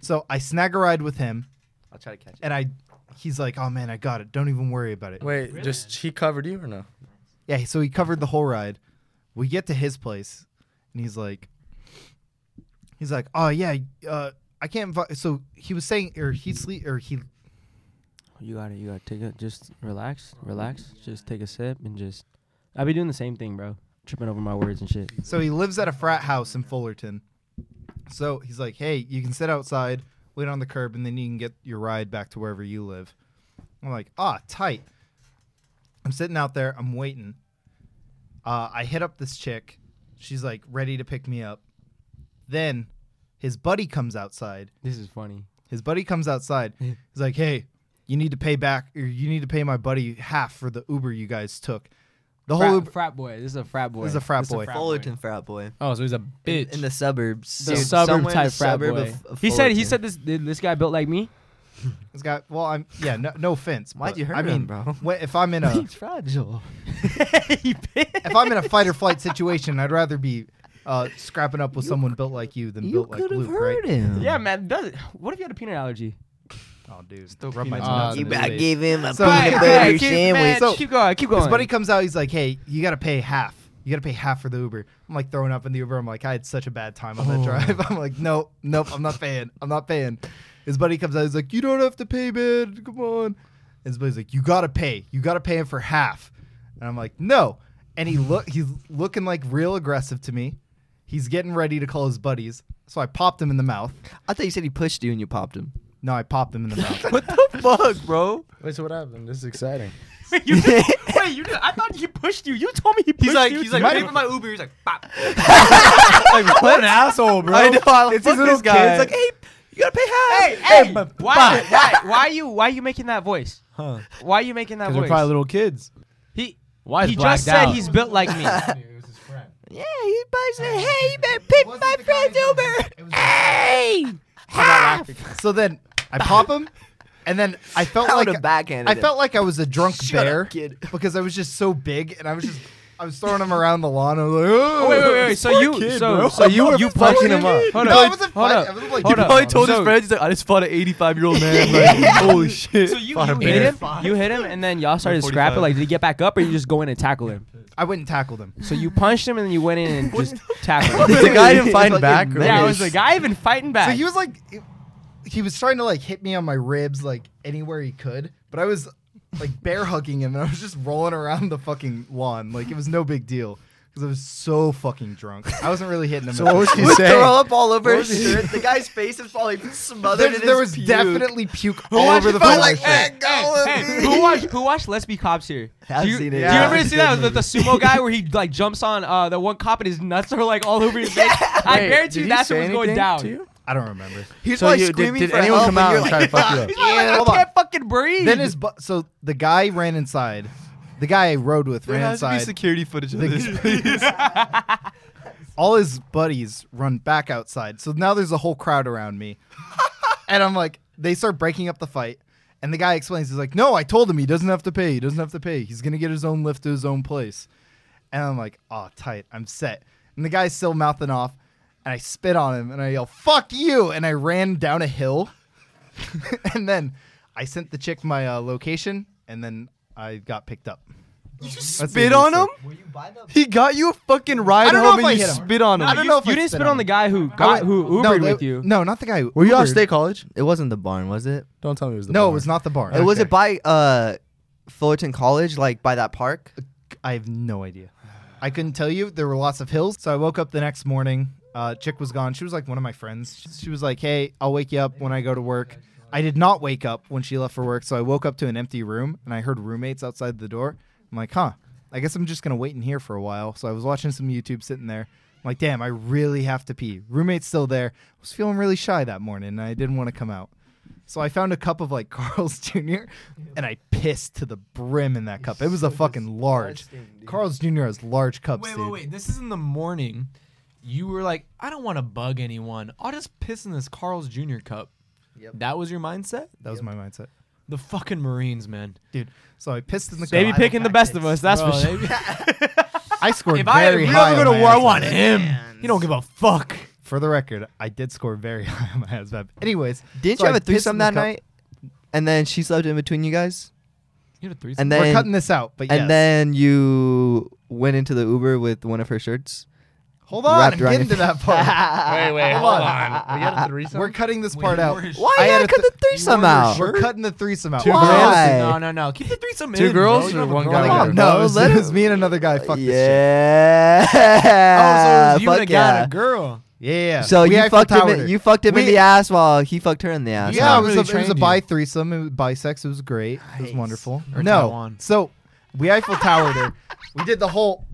Speaker 6: So I snag a ride with him,
Speaker 2: I'll try to catch it.
Speaker 6: and I. He's like, oh man, I got it. Don't even worry about it.
Speaker 4: Wait, just he covered you or no?
Speaker 6: Yeah, so he covered the whole ride. We get to his place, and he's like, he's like, oh yeah, uh, I can't. Vi-. So he was saying, or he sleep, or he.
Speaker 1: You gotta, you gotta take it. Just relax, relax. Just take a sip and just. I be doing the same thing, bro. Tripping over my words and shit.
Speaker 6: So he lives at a frat house in Fullerton. So he's like, hey, you can sit outside, wait on the curb, and then you can get your ride back to wherever you live. I'm like, ah, tight. I'm sitting out there, I'm waiting. Uh, I hit up this chick. She's like ready to pick me up. Then his buddy comes outside.
Speaker 1: This is funny.
Speaker 6: His buddy comes outside. He's like, "Hey, you need to pay back, or you need to pay my buddy half for the Uber you guys took." The whole
Speaker 1: Frat,
Speaker 6: Uber
Speaker 1: frat boy. This is a frat boy.
Speaker 6: is a frat boy.
Speaker 2: Fullerton frat boy.
Speaker 3: Oh, so he's a
Speaker 2: In,
Speaker 3: bitch.
Speaker 2: in the suburbs.
Speaker 1: The
Speaker 2: Dude, somewhere in
Speaker 1: suburb
Speaker 2: the
Speaker 1: type frat
Speaker 2: suburb
Speaker 1: boy.
Speaker 2: of- of
Speaker 1: he said he
Speaker 2: Fullerton.
Speaker 1: said this this guy built like me.
Speaker 6: This guy. Well, I'm. Yeah. No, no offense.
Speaker 2: Why'd
Speaker 6: but
Speaker 2: you hurt
Speaker 6: I
Speaker 2: him,
Speaker 6: mean,
Speaker 2: bro?
Speaker 6: wh- if I'm in a
Speaker 2: He's fragile.
Speaker 6: if I'm in a fight or flight situation, I'd rather be uh, scrapping up with someone built like you than
Speaker 2: You
Speaker 6: built like
Speaker 2: could have
Speaker 6: Luke,
Speaker 2: hurt
Speaker 6: right?
Speaker 2: him.
Speaker 1: Yeah, man. Does it, what if you had a peanut allergy?
Speaker 6: Oh, dude.
Speaker 4: Rub my
Speaker 3: peanut
Speaker 4: tongue.
Speaker 3: butter.
Speaker 6: You
Speaker 2: You about gave
Speaker 6: in his face.
Speaker 2: him a
Speaker 6: So-
Speaker 2: peanut
Speaker 6: Yeah,
Speaker 2: butter
Speaker 1: keep, man,
Speaker 2: sandwich.
Speaker 1: keep going. Keep going.
Speaker 6: His buddy comes out. He's like, "Hey, you got to pay half. You got to pay half for the Uber." I'm like throwing up in the Uber. I'm like, "I had such a bad time
Speaker 5: Oh.
Speaker 6: on that drive." I'm like, "Nope, nope, I'm not paying. I'm not paying." His buddy comes out. He's like, "You don't have to pay, man. Come on." His buddy's like, "You got to pay. You got to pay him for half." And I'm like, "No." And he look he's looking like real aggressive to me. He's getting ready to call his buddies. So I popped him in the mouth.
Speaker 2: I thought you said he pushed you and you popped him.
Speaker 6: No, I popped him in the mouth.
Speaker 5: What the fuck, bro?
Speaker 4: Wait, so what happened? This is exciting.
Speaker 5: You just, wait, you just, I thought he pushed you. You told me he pushed
Speaker 1: He's like-
Speaker 5: you.
Speaker 1: he's like, Might "Pay have- for
Speaker 5: my Uber. He's like, pop.
Speaker 3: like, what an asshole, bro.
Speaker 5: I know. I
Speaker 3: It's
Speaker 5: it's
Speaker 3: these
Speaker 5: fuck
Speaker 3: little
Speaker 5: this guy.
Speaker 3: kids, like,
Speaker 5: hey, you gotta pay half.
Speaker 1: hey, why, why, why are you, why are you making that voice?
Speaker 3: Huh.
Speaker 1: Why are you making that
Speaker 3: Because they're
Speaker 1: voice?
Speaker 3: probably little kids.
Speaker 1: he,
Speaker 3: Why is
Speaker 1: he
Speaker 3: blacked
Speaker 1: just said
Speaker 3: out?
Speaker 1: he's built like me.
Speaker 2: Yeah, he probably said, "Hey, you better pick
Speaker 6: wasn't the guy that- it was- So then I pop him, and then I felt
Speaker 2: I
Speaker 6: like
Speaker 2: would've backhanded
Speaker 6: I
Speaker 2: him.
Speaker 6: felt like I was a drunk
Speaker 2: Shut up,
Speaker 6: bear
Speaker 2: kid.
Speaker 6: because I was just so big, and I was just I was throwing him around the lawn. I was like, oh,
Speaker 1: wait, wait, wait, wait. So you,
Speaker 3: kid,
Speaker 1: so,
Speaker 3: bro.
Speaker 1: so you,
Speaker 3: Fucking
Speaker 1: you punched
Speaker 3: kid.
Speaker 1: him up. Hold
Speaker 6: No, I
Speaker 1: up, hold
Speaker 6: wasn't fighting.
Speaker 1: up.
Speaker 6: I was like-
Speaker 5: He
Speaker 1: hold
Speaker 5: probably
Speaker 1: up.
Speaker 5: told his
Speaker 1: So-
Speaker 5: friends, he's like, I just fought an 85 year old man. Like, holy shit.
Speaker 1: So you,
Speaker 4: Fought a
Speaker 1: you hit
Speaker 4: bear.
Speaker 1: him, you hit him, and then y'all started
Speaker 5: 145.
Speaker 1: scrapping. Like, did he get back up, or you just go in and tackle him?
Speaker 6: I went and tackled him.
Speaker 1: So you punched him, and then you went in and just tackled
Speaker 4: the
Speaker 1: him.
Speaker 4: guy didn't fight
Speaker 2: Fucking
Speaker 4: back. or-
Speaker 1: yeah, was the guy even fighting back?
Speaker 6: So he was like, he was trying to like hit me on my ribs like anywhere he could, but I was like bear hugging him, and I was just rolling around the fucking lawn like it was no big deal. Because I was so fucking drunk, I wasn't really hitting him.
Speaker 4: So
Speaker 6: at the
Speaker 4: what was
Speaker 6: time.
Speaker 4: he saying?
Speaker 2: Throw up all over
Speaker 4: What
Speaker 2: his
Speaker 4: was he-
Speaker 2: shirt. The guy's face is probably smothered
Speaker 6: There,
Speaker 2: in
Speaker 6: there was
Speaker 2: his puke.
Speaker 6: definitely puke all
Speaker 1: watched
Speaker 6: over the
Speaker 1: it? Who
Speaker 6: floor.
Speaker 1: watched
Speaker 6: shit.
Speaker 1: Hey, who watched who watched Let's Be Cops here?
Speaker 2: I've
Speaker 1: do you,
Speaker 2: seen it.
Speaker 1: do you
Speaker 2: Yeah,
Speaker 1: remember
Speaker 6: it's
Speaker 1: to
Speaker 6: a
Speaker 1: see
Speaker 6: good
Speaker 1: that with the
Speaker 6: movie.
Speaker 1: sumo guy where he like jumps on uh, the one cop and his nuts are like all over his face? I
Speaker 4: Wait,
Speaker 1: guarantee
Speaker 4: did
Speaker 1: you
Speaker 4: he
Speaker 1: that's
Speaker 4: say
Speaker 1: what was going
Speaker 4: anything
Speaker 1: down.
Speaker 4: to you?
Speaker 6: I don't remember.
Speaker 2: He's
Speaker 4: So
Speaker 2: like
Speaker 4: you, did,
Speaker 2: screaming
Speaker 4: did
Speaker 2: for
Speaker 4: anyone
Speaker 2: help,
Speaker 4: come out
Speaker 2: you're
Speaker 4: and try to fuck you up?
Speaker 1: He's probably like,
Speaker 2: Yeah, hold
Speaker 1: I
Speaker 2: on.
Speaker 1: can't fucking breathe.
Speaker 6: Then his bu- so the guy ran inside. The guy I rode with
Speaker 5: There
Speaker 6: ran
Speaker 5: has to be
Speaker 6: inside.
Speaker 5: security footage of this, please.
Speaker 6: All his buddies run back outside. So now there's a whole crowd around me, and I'm like, they start breaking up the fight. And the guy explains, he's like, "No, I told him he doesn't have to pay. He doesn't have to pay. He's gonna get his own lift to his own place." And I'm like, "Oh, tight. I'm set." And the guy's still mouthing off, and I spit on him, and I yell, "Fuck you!" And I ran down a hill. and then I sent the chick my uh, location, and then I got picked up.
Speaker 5: spit on him? He got you a fucking ride
Speaker 6: I don't know
Speaker 5: home
Speaker 6: if
Speaker 5: and
Speaker 6: I
Speaker 5: you
Speaker 6: hit him.
Speaker 5: spit on him.
Speaker 6: I don't know if
Speaker 1: you
Speaker 6: I
Speaker 1: didn't
Speaker 6: spit
Speaker 1: spit on the
Speaker 6: him.
Speaker 1: guy who
Speaker 6: I
Speaker 1: got
Speaker 6: went-
Speaker 1: who
Speaker 6: no,
Speaker 1: Ubered
Speaker 6: they-
Speaker 1: with you.
Speaker 6: No, not the guy. Who
Speaker 4: Were you
Speaker 6: Ubered.
Speaker 4: on State College?
Speaker 2: It wasn't the barn, was it?
Speaker 4: Don't tell me it was the
Speaker 6: No,
Speaker 4: bar.
Speaker 6: it was not the barn.
Speaker 2: It was
Speaker 4: Okay.
Speaker 2: it by uh Fullerton College, like by that park.
Speaker 6: I have no idea. I couldn't tell you. There were lots of hills. So I woke up the next morning. Uh, chick was gone. She was like one of my friends. She- She was like, "Hey, I'll wake you up when I go to work." I did not wake up when she left for work, so I woke up to an empty room and I heard roommates outside the door. I'm like, "Huh, I guess I'm just gonna wait in here for a while." So I was watching some YouTube, sitting there. I'm like, "Damn, I really have to pee." Roommate's still there. I was feeling really shy that morning, and I didn't want to come out. So I found a cup of like Carl's Jr. and I pissed to the brim in that cup. It was a fucking large. Carl's Jr. has large cups,
Speaker 3: Wait,
Speaker 6: dude.
Speaker 3: wait, wait. This is in the morning. You were like, I don't want to bug anyone. I'll just piss in this Carl's Jr. cup.
Speaker 2: Yep.
Speaker 3: That was your mindset?
Speaker 6: That was my mindset,
Speaker 3: The fucking Marines, man.
Speaker 6: dude. So I pissed in the
Speaker 1: They be
Speaker 6: cup.
Speaker 1: picking the best of us. That's
Speaker 3: Bro,
Speaker 1: for sure.
Speaker 3: they be-
Speaker 6: I scored
Speaker 3: if I
Speaker 6: very
Speaker 3: we
Speaker 6: high.
Speaker 3: ever go
Speaker 6: on
Speaker 3: to
Speaker 6: my
Speaker 3: war, I
Speaker 6: ASVAB.
Speaker 3: want him. He don't give a fuck.
Speaker 6: For the record, I did score very high on my ASVAB. Anyways,
Speaker 2: Didn't
Speaker 6: so
Speaker 2: you
Speaker 6: I
Speaker 2: have a
Speaker 6: pissed in
Speaker 2: threesome
Speaker 6: the
Speaker 2: that
Speaker 6: cup.
Speaker 2: night? And then she slept in between you guys.
Speaker 3: You had a threesome.
Speaker 2: And
Speaker 6: We're
Speaker 2: then
Speaker 6: cutting this out, but
Speaker 2: and
Speaker 6: yes.
Speaker 2: then you went into the Uber with one of her shirts.
Speaker 6: hold on, I'm
Speaker 2: wrapped around
Speaker 6: getting to
Speaker 2: your-
Speaker 6: that part.
Speaker 4: Wait, wait,
Speaker 6: Hold
Speaker 4: hold
Speaker 6: on.
Speaker 4: on. We got a threesome?
Speaker 6: We're cutting this part out.
Speaker 2: Why
Speaker 6: I
Speaker 2: you
Speaker 6: had
Speaker 2: gotta
Speaker 6: a
Speaker 2: cut
Speaker 6: th-
Speaker 2: the threesome out?
Speaker 6: We're cutting the threesome out.
Speaker 4: Two
Speaker 6: Why?
Speaker 4: girls?
Speaker 2: Why?
Speaker 3: No, no, no. Keep the threesome
Speaker 4: Two
Speaker 3: in, bro.
Speaker 4: girls
Speaker 3: You
Speaker 4: or
Speaker 3: have a
Speaker 4: one
Speaker 3: girl
Speaker 4: guy
Speaker 3: in
Speaker 4: and a
Speaker 3: there.
Speaker 4: girl?
Speaker 6: No, it was,
Speaker 2: Let
Speaker 6: it
Speaker 2: him- Oh,
Speaker 6: was me and another guy. Fuck this shit.
Speaker 2: Yeah.
Speaker 3: Oh, so it was you
Speaker 2: Uh,
Speaker 3: and a
Speaker 2: Fuck
Speaker 3: guy
Speaker 2: yeah.
Speaker 3: and a girl.
Speaker 6: Yeah.
Speaker 2: So
Speaker 6: we
Speaker 2: you
Speaker 6: Eiffel
Speaker 2: fucked him.
Speaker 6: Towered.
Speaker 2: In, you fucked him in
Speaker 6: We-
Speaker 2: the ass while he fucked her in the ass.
Speaker 6: Yeah,
Speaker 3: not
Speaker 6: it was,
Speaker 3: really
Speaker 6: a, it was a
Speaker 3: trained
Speaker 6: bi
Speaker 3: you.
Speaker 6: threesome. It was bisex. It was great. It was wonderful.
Speaker 3: Or
Speaker 6: no,
Speaker 3: Taiwan.
Speaker 6: so we Eiffel Towered her. We did the whole.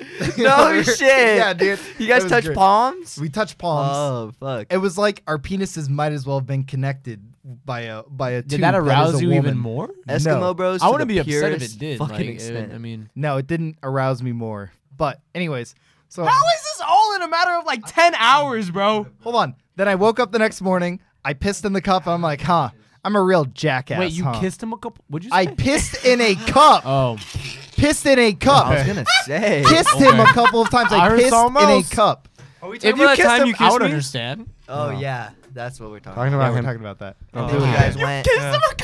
Speaker 2: no shit.
Speaker 6: Yeah, dude.
Speaker 2: You
Speaker 6: It
Speaker 2: guys
Speaker 6: was
Speaker 2: touch
Speaker 6: great.
Speaker 2: palms?
Speaker 6: We touched palms.
Speaker 2: Oh fuck.
Speaker 6: it was like our penises might as well have been connected by a by a
Speaker 3: Did
Speaker 6: tube
Speaker 3: that
Speaker 6: is
Speaker 3: arouse
Speaker 6: a
Speaker 3: you even
Speaker 6: woman.
Speaker 3: more?
Speaker 2: Eskimo
Speaker 6: no.
Speaker 2: Bros.
Speaker 3: I
Speaker 2: to
Speaker 3: wouldn't
Speaker 2: the
Speaker 3: be upset if
Speaker 2: purest
Speaker 3: it did.
Speaker 2: Fucking
Speaker 3: Like, it-
Speaker 2: extent.
Speaker 3: I mean,
Speaker 6: No, it didn't arouse me more. But anyways, so
Speaker 3: how is this all in a matter of like ten hours, bro?
Speaker 6: hold on. Then I woke up the next morning. I pissed in the cup. I'm like, huh? I'm a real jackass.
Speaker 3: Wait, you
Speaker 6: huh?
Speaker 3: kissed him a couple? Would you? Say?
Speaker 6: I pissed in a cup.
Speaker 3: Oh,
Speaker 6: Pissed in a cup.
Speaker 2: I was gonna say.
Speaker 6: Kissed him a couple of times. I
Speaker 3: Iris
Speaker 6: pissed in a
Speaker 3: almost.
Speaker 6: cup.
Speaker 5: Are we
Speaker 3: if you kissed him, I would understand.
Speaker 2: Oh yeah, that's what we're talking.
Speaker 4: Talking
Speaker 2: about.
Speaker 4: about
Speaker 6: yeah, we're
Speaker 4: him.
Speaker 6: talking about that.
Speaker 2: And then you guys went.
Speaker 3: Kissed him a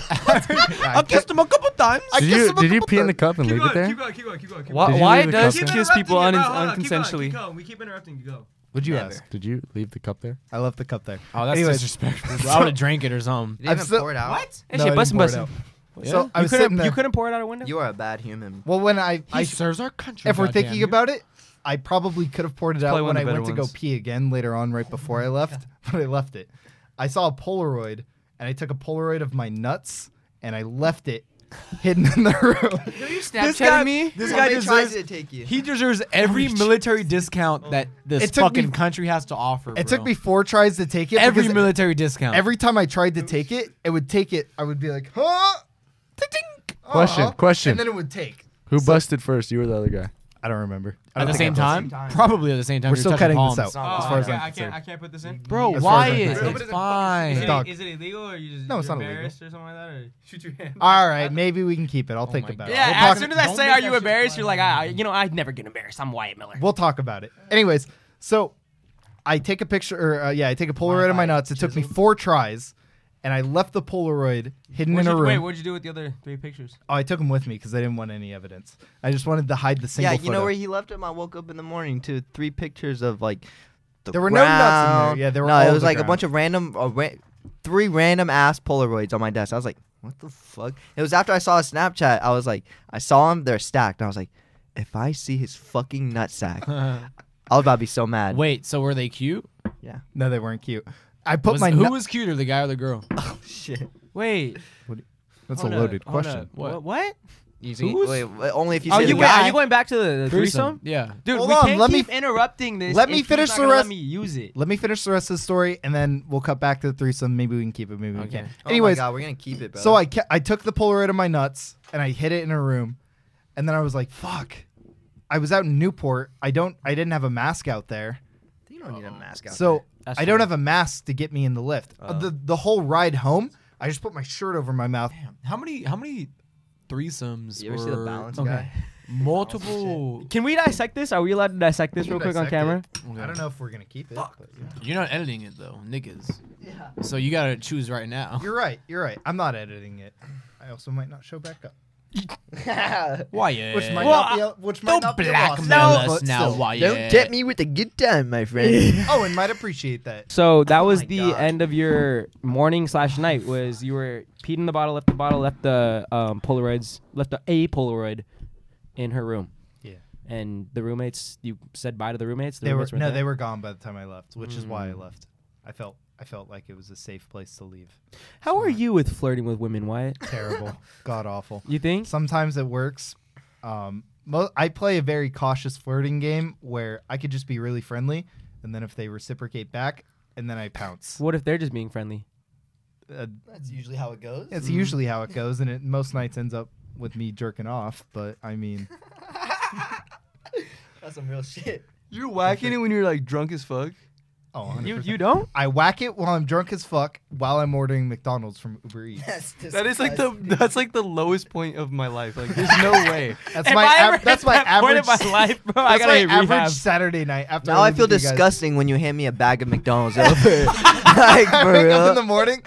Speaker 3: couple. I've kissed him a couple times.
Speaker 6: I
Speaker 4: Did
Speaker 6: kissed
Speaker 4: you
Speaker 6: him a
Speaker 4: did you
Speaker 6: couple
Speaker 4: pee in the
Speaker 6: times.
Speaker 4: cup and leave it there?
Speaker 1: Keep going, keep going, keep going. Keep
Speaker 5: Why,
Speaker 4: Did you
Speaker 5: why
Speaker 4: leave the
Speaker 5: does
Speaker 4: cup there?
Speaker 5: kiss people un-
Speaker 1: Keep
Speaker 5: unconsensually?
Speaker 1: going. We keep interrupting. You go.
Speaker 6: Would you
Speaker 2: Never.
Speaker 6: ask?
Speaker 4: Did you leave the cup there?
Speaker 6: I left the cup there.
Speaker 3: Oh, that's
Speaker 6: Anyways.
Speaker 3: disrespectful. bro. I would have drank it or something.
Speaker 2: Did you
Speaker 6: I'm
Speaker 2: even
Speaker 6: still-
Speaker 2: pour it out? What?
Speaker 5: Hey,
Speaker 6: No,
Speaker 5: shit,
Speaker 6: I didn't
Speaker 5: bustin',
Speaker 6: pour it
Speaker 5: bustin'.
Speaker 6: out. So I
Speaker 1: You
Speaker 6: was sitting
Speaker 1: couldn't,
Speaker 6: there.
Speaker 1: you couldn't pour it out a window.
Speaker 2: You are a bad human.
Speaker 6: Well, when I,
Speaker 3: He
Speaker 6: I
Speaker 3: serves our country.
Speaker 6: if we're
Speaker 3: goddamn
Speaker 6: thinking
Speaker 3: you.
Speaker 6: about it, I probably could have poured it out
Speaker 5: probably
Speaker 6: when
Speaker 5: one
Speaker 6: I
Speaker 5: of the
Speaker 6: went to
Speaker 5: better
Speaker 6: go
Speaker 5: ones.
Speaker 6: pee again later on, right before I left. But I left it. I saw a Polaroid, and I took a Polaroid of my nuts, and I left it hidden in the room.
Speaker 3: this
Speaker 5: Snapchatted
Speaker 3: guy,
Speaker 5: me?
Speaker 3: this
Speaker 2: How
Speaker 3: guy
Speaker 2: many
Speaker 3: deserves.
Speaker 2: tries did it take you?
Speaker 3: He deserves every military discount that this
Speaker 6: It took me-
Speaker 3: fucking country has to offer.
Speaker 6: It took
Speaker 3: bro.
Speaker 6: me four tries to take it.
Speaker 3: every
Speaker 6: because
Speaker 3: military discount.
Speaker 6: every time I tried to take it, it would take it. I would be like, huh? Ting-ting. Uh-huh.
Speaker 4: Question, question.
Speaker 6: And then it would take.
Speaker 4: Who busted first? You or the other guy?
Speaker 6: I don't remember. I
Speaker 3: at
Speaker 6: don't
Speaker 3: the
Speaker 6: think
Speaker 3: same
Speaker 6: I-
Speaker 3: time? probably at the same time.
Speaker 6: We're
Speaker 3: You're
Speaker 6: still
Speaker 3: touching
Speaker 6: cutting
Speaker 3: palms.
Speaker 6: this out. as far as I'm concerned.
Speaker 1: Oh, can't put this in.
Speaker 3: bro.
Speaker 6: As far
Speaker 3: why
Speaker 6: as I'm
Speaker 3: is
Speaker 6: concerned.
Speaker 3: it? It's fine.
Speaker 6: It's dog.
Speaker 1: Is it illegal or you just
Speaker 6: No, it's
Speaker 1: you're
Speaker 6: not illegal.
Speaker 1: embarrassed or something like that? Or shoot your hand.
Speaker 6: All right, maybe we can keep it. I'll think
Speaker 3: my
Speaker 6: about
Speaker 3: God.
Speaker 6: it.
Speaker 1: Yeah,
Speaker 6: We'll
Speaker 1: as
Speaker 6: talk-
Speaker 1: soon as I say, "Are you embarrassed?" You're like, "I, I- you know, I never get embarrassed. I'm Wyatt Miller."
Speaker 6: We'll talk about it. Anyways, so I take a picture, or uh, yeah, I take a Polaroid of my nuts. It took me four tries, and I left the Polaroid hidden
Speaker 1: What'd
Speaker 6: in a
Speaker 1: you-
Speaker 6: room.
Speaker 1: Wait, what'd you do with the other three pictures?
Speaker 6: Oh, I took them with me because I didn't want any evidence. I just wanted to hide the
Speaker 2: yeah,
Speaker 6: single.
Speaker 2: you know
Speaker 6: photo.
Speaker 2: where he left him. I woke up in the morning to three pictures of like. The
Speaker 6: There were no nuts in there.
Speaker 2: ground.
Speaker 6: Yeah, there were
Speaker 2: No,
Speaker 6: all
Speaker 2: it
Speaker 6: of
Speaker 2: was
Speaker 6: the
Speaker 2: like
Speaker 6: ground.
Speaker 2: a bunch of random, uh, ra- three random ass Polaroids on my desk. I was like, "What the fuck?" It was after I saw a Snapchat. I was like, I saw him. They're stacked. And I was like, if I see his fucking nutsack, I'll about be so mad.
Speaker 3: Wait, so were they cute?
Speaker 6: No, they weren't cute. I put
Speaker 3: Was-
Speaker 6: my.
Speaker 3: who
Speaker 6: nu-
Speaker 3: was cuter, the guy or the girl?
Speaker 2: shit.
Speaker 1: Wait,
Speaker 6: That's a
Speaker 1: hold up,
Speaker 6: loaded
Speaker 1: hold
Speaker 6: question.
Speaker 1: up. What?
Speaker 3: What?
Speaker 1: what?
Speaker 2: You see,
Speaker 3: Who's-
Speaker 2: wait, wait, only if you
Speaker 1: Are
Speaker 2: see
Speaker 1: Oh, you
Speaker 2: the
Speaker 1: wait,
Speaker 2: guy.
Speaker 1: are you going back to the, the threesome?
Speaker 3: Yeah.
Speaker 1: Dude,
Speaker 6: Hold
Speaker 1: we
Speaker 6: on,
Speaker 1: can't
Speaker 6: let me
Speaker 1: keep
Speaker 6: f-
Speaker 1: interrupting this.
Speaker 6: let me
Speaker 1: if you're
Speaker 6: finish
Speaker 1: not
Speaker 6: the
Speaker 1: gonna
Speaker 6: rest-
Speaker 1: Let me use it.
Speaker 6: Let me finish the rest of the story, and then we'll cut back to the threesome. Maybe we can keep it. Maybe we
Speaker 3: Okay.
Speaker 6: can't.
Speaker 2: Oh my
Speaker 6: Anyways,
Speaker 2: God, we're gonna keep it, bro.
Speaker 6: So I ke- I took the Polaroid of my nuts and I hid it in a room, and then I was like, "Fuck!" I was out in Newport. I don't. I didn't have a mask out there,
Speaker 2: you don't need a mask. Out
Speaker 6: so
Speaker 1: That's
Speaker 6: I don't
Speaker 1: true.
Speaker 6: have a mask to get me in the lift. Uh, the the whole ride home, I just put my shirt over my mouth.
Speaker 3: Damn. How many? How many threesomes?
Speaker 2: You ever see the
Speaker 3: were-
Speaker 2: balance
Speaker 3: okay.
Speaker 2: guy?
Speaker 3: Multiple.
Speaker 1: Can we dissect this? Are we allowed to dissect this
Speaker 6: You
Speaker 1: real quick on
Speaker 6: dissect
Speaker 1: camera?
Speaker 6: I don't know if we're gonna keep it. but, yeah.
Speaker 3: You're not editing it though, niggas. Yeah. So you gotta choose right now.
Speaker 6: You're right. You're right. I'm not editing it. I also might not show back up,
Speaker 2: there.
Speaker 3: Why? Yeah.
Speaker 6: which might
Speaker 1: Well,
Speaker 6: not be el- which might
Speaker 3: don't
Speaker 6: not be
Speaker 3: blackmail
Speaker 6: lost,
Speaker 3: us
Speaker 6: but
Speaker 3: now.
Speaker 6: still.
Speaker 3: Why?
Speaker 2: Don't get me with a good time, my friend.
Speaker 6: Oh, and might appreciate that.
Speaker 1: So that was
Speaker 2: my
Speaker 1: the
Speaker 2: God.
Speaker 1: end of your morning slash night. Was you were peed in the bottle, left the bottle, left the um, Polaroids, left the a Polaroid in her room,
Speaker 6: Yeah.
Speaker 1: and the roommates. You said bye to the roommates. The
Speaker 6: they were
Speaker 1: roommates
Speaker 6: no, they were gone by the time I left, which is
Speaker 1: Hmm.
Speaker 6: why I left. I felt I felt like it was a safe place to leave.
Speaker 1: How are you with flirting with women, Wyatt?
Speaker 6: Terrible, god awful.
Speaker 1: You think?
Speaker 6: Sometimes it works. Um, mo- I play a very cautious flirting game where I could just be really friendly, and then if they reciprocate back, and then I pounce.
Speaker 1: What if they're just being friendly?
Speaker 6: Uh,
Speaker 2: That's usually how it goes.
Speaker 6: it's
Speaker 1: Mm.
Speaker 6: usually how it goes, and it most nights ends up with me jerking off. But I mean,
Speaker 2: That's some real shit.
Speaker 5: You're whacking it when you're like drunk as fuck.
Speaker 6: oh, 100%.
Speaker 1: You you don't?
Speaker 6: I whack it while I'm drunk as fuck while I'm ordering McDonald's from Uber Eats.
Speaker 2: That's
Speaker 5: That is like the that's like the lowest point of my life. Like there's no way.
Speaker 6: That's my av- that's my
Speaker 1: point
Speaker 6: average
Speaker 1: of my life, bro. I
Speaker 6: That's
Speaker 1: gotta
Speaker 6: my
Speaker 1: hit
Speaker 6: average
Speaker 1: rehab.
Speaker 6: Saturday night after.
Speaker 2: Now I
Speaker 6: leave
Speaker 2: feel
Speaker 6: with you guys.
Speaker 2: disgusting when you hand me a bag of McDonald's. over. like
Speaker 6: I
Speaker 2: for
Speaker 6: wake up in the
Speaker 2: real.
Speaker 6: morning,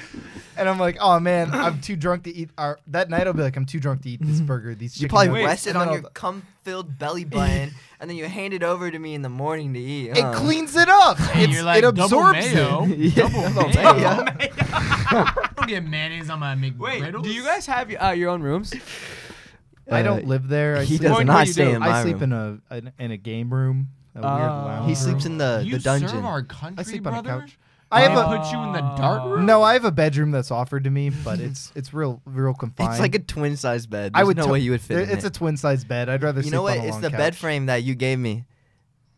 Speaker 6: and I'm like, oh man, I'm too drunk to eat. Or that night I'll be like, I'm too drunk to eat this burger. These
Speaker 2: You
Speaker 6: chicken
Speaker 2: probably
Speaker 6: nuggets,
Speaker 2: rested
Speaker 6: and then
Speaker 2: on your
Speaker 6: I'll-
Speaker 2: cum-filled belly button, and then you hand it over to me in the morning to eat. huh?
Speaker 6: It cleans it up.
Speaker 3: And
Speaker 6: It's-
Speaker 3: you're like
Speaker 6: it
Speaker 3: double
Speaker 6: absorbs
Speaker 3: mayo.
Speaker 6: it.
Speaker 3: Double mayo.
Speaker 2: Yeah.
Speaker 3: Don't get mayonnaise on my
Speaker 1: Wait,
Speaker 3: McGriddles.
Speaker 1: do you guys have uh, your own rooms?
Speaker 6: I don't live there. I
Speaker 2: he
Speaker 6: sleep-
Speaker 2: does
Speaker 6: What
Speaker 2: not
Speaker 6: do you
Speaker 2: stay
Speaker 6: do?
Speaker 2: in my
Speaker 6: I sleep
Speaker 2: room.
Speaker 6: in a in, in a game room. A weird
Speaker 1: Oh.
Speaker 6: lounge
Speaker 2: He sleeps in the,
Speaker 3: you
Speaker 2: the dungeon.
Speaker 3: serve our country,
Speaker 6: I sleep
Speaker 3: brother?
Speaker 6: on a couch. I have
Speaker 3: They
Speaker 6: a
Speaker 3: put you in the dark room.
Speaker 6: no. I have a bedroom that's offered to me, but it's it's real real confined.
Speaker 2: It's like a twin size bed.
Speaker 6: I would
Speaker 2: know
Speaker 6: t-
Speaker 2: way you would fit.
Speaker 6: There- It's a twin size bed. I'd rather.
Speaker 2: you
Speaker 6: sleep
Speaker 2: know what?
Speaker 6: On a
Speaker 2: It's
Speaker 6: long
Speaker 2: the
Speaker 6: couch.
Speaker 2: bed frame that you gave me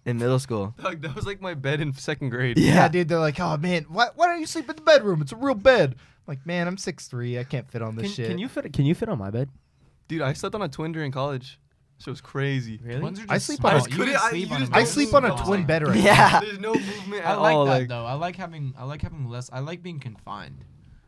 Speaker 2: in middle school.
Speaker 5: Doug, that was like my bed in second grade.
Speaker 6: Yeah. dude. They're like, oh man, why, why don't you sleep in the bedroom? It's a real bed. I'm like, man, I'm six three. I can't fit on this
Speaker 1: Can,
Speaker 6: shit.
Speaker 1: can you fit? Can you fit on my bed?
Speaker 5: Dude, I slept on a twin during college. So it was crazy.
Speaker 3: Ones are
Speaker 6: I
Speaker 3: just
Speaker 6: sleep on a-
Speaker 3: small. You
Speaker 5: Couldn't-
Speaker 3: can
Speaker 5: I-
Speaker 3: sleep
Speaker 5: you
Speaker 3: on
Speaker 5: just
Speaker 3: them.
Speaker 6: I sleep on a twin bed right now.
Speaker 2: Yeah.
Speaker 5: There's no movement
Speaker 3: I
Speaker 5: at
Speaker 3: like
Speaker 1: Oh,
Speaker 5: all.
Speaker 3: that
Speaker 5: like,
Speaker 3: though. I like having I like having less. I like being confined.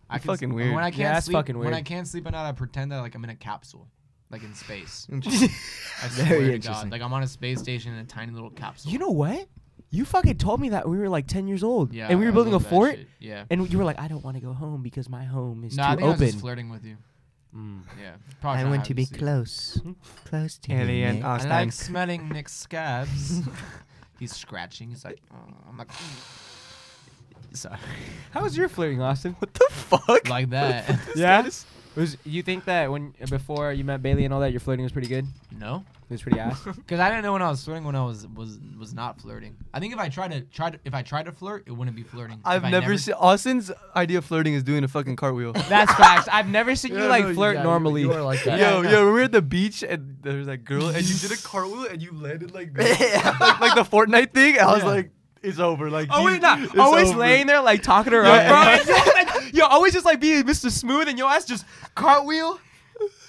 Speaker 3: I
Speaker 5: That's
Speaker 3: can
Speaker 5: fucking
Speaker 3: s-
Speaker 5: weird.
Speaker 3: When I
Speaker 5: Yeah,
Speaker 3: can't
Speaker 1: that's
Speaker 3: sleep,
Speaker 1: fucking
Speaker 3: When I
Speaker 1: weird.
Speaker 3: can't sleep at night, I pretend that like I'm in a capsule, like in space. I swear
Speaker 2: Very
Speaker 3: to
Speaker 2: interesting.
Speaker 3: God, like I'm on a space station in a tiny little capsule.
Speaker 1: You know what? You fucking told me that when we were like ten years old,
Speaker 3: yeah,
Speaker 1: and we
Speaker 3: I
Speaker 1: were building a
Speaker 3: love that
Speaker 1: fort,
Speaker 3: shit. Yeah.
Speaker 1: and you were like, "I don't want to go home because my home is
Speaker 3: no, I
Speaker 1: too
Speaker 3: think I was just
Speaker 1: open."
Speaker 3: flirting with you.
Speaker 1: Mm.
Speaker 3: Yeah. Probably
Speaker 2: I
Speaker 3: not
Speaker 2: want
Speaker 3: how
Speaker 2: to
Speaker 3: you
Speaker 2: be
Speaker 3: sleep.
Speaker 2: close, close to
Speaker 5: Alien
Speaker 2: you.
Speaker 3: I
Speaker 5: Einstein.
Speaker 3: like smelling Nick's scabs. He's scratching. He's like, "Oh," I'm like, sorry,
Speaker 1: How was your flirting, Austin?
Speaker 5: what the fuck?
Speaker 3: like that.
Speaker 1: yeah. Was you think that when before you met Bailey and all that, your flirting was pretty good?
Speaker 3: no.
Speaker 1: It was pretty ass.
Speaker 3: Because I didn't know when I was flirting when I was was was not flirting. I think if I tried to try to, if I tried to flirt, it wouldn't be flirting.
Speaker 5: I've
Speaker 3: If I
Speaker 5: never, seen Austin's idea of flirting is doing a fucking cartwheel.
Speaker 1: That's facts. I've never seen you
Speaker 6: Yeah,
Speaker 1: like
Speaker 6: no,
Speaker 1: flirt
Speaker 6: yeah, you-
Speaker 1: normally.
Speaker 6: you are like that.
Speaker 5: yo, yo, when we were at the beach and there was that girl and you did a cartwheel and you landed like this. like, like the Fortnite thing. I was like, it's over. Like,
Speaker 1: Oh wait,
Speaker 5: dude,
Speaker 1: not
Speaker 5: it's
Speaker 1: always
Speaker 5: over.
Speaker 1: laying there like talking to her up, bro. like, yo, always just like being Mr. Smooth and yo ass just cartwheel.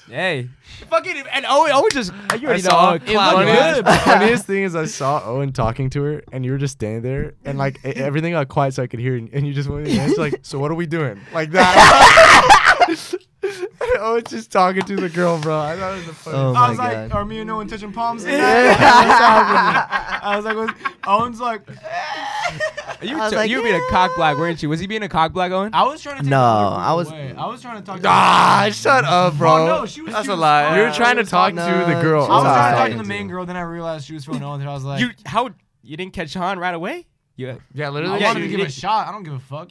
Speaker 1: Hey, fucking and always, always just you
Speaker 4: I
Speaker 1: already know. oh,
Speaker 4: saw
Speaker 1: Clown
Speaker 4: a
Speaker 3: looked
Speaker 1: good.
Speaker 3: good.
Speaker 1: bro.
Speaker 4: The funniest thing is I saw Owen talking to her, and you were just standing there, and like e- everything got quiet, so I could hear, and, and you just went, and it's like, so what are we doing? Like that. And Owen's just talking to the girl, bro. I thought it was the funniest.
Speaker 2: Oh
Speaker 3: I
Speaker 2: my
Speaker 3: was like,
Speaker 2: god.
Speaker 3: are me and Owen touching palms? I was like, was, Owen's like,
Speaker 1: You
Speaker 2: was
Speaker 1: were t-
Speaker 2: like,
Speaker 1: you were being a cock block, weren't you? Was he being a cock block, Owen?
Speaker 3: I was trying to. Take
Speaker 2: No,
Speaker 3: the
Speaker 2: I was-
Speaker 3: away. I was trying to talk.
Speaker 4: Ah,
Speaker 3: to
Speaker 4: shut up, bro.
Speaker 3: Oh, no, she was.
Speaker 5: That's
Speaker 3: she
Speaker 5: a
Speaker 3: was-
Speaker 5: lie.
Speaker 4: you were trying to talk to the girl.
Speaker 2: It's
Speaker 3: I was trying to
Speaker 2: alright.
Speaker 3: talk to the main girl, then I realized she was throwing Owen, and I was like,
Speaker 1: you how you didn't catch on right away? You
Speaker 4: Yeah,
Speaker 3: I
Speaker 4: literally.
Speaker 1: Yeah,
Speaker 3: wanted
Speaker 1: you
Speaker 3: to give it
Speaker 1: did-
Speaker 3: a shot. I don't give a fuck.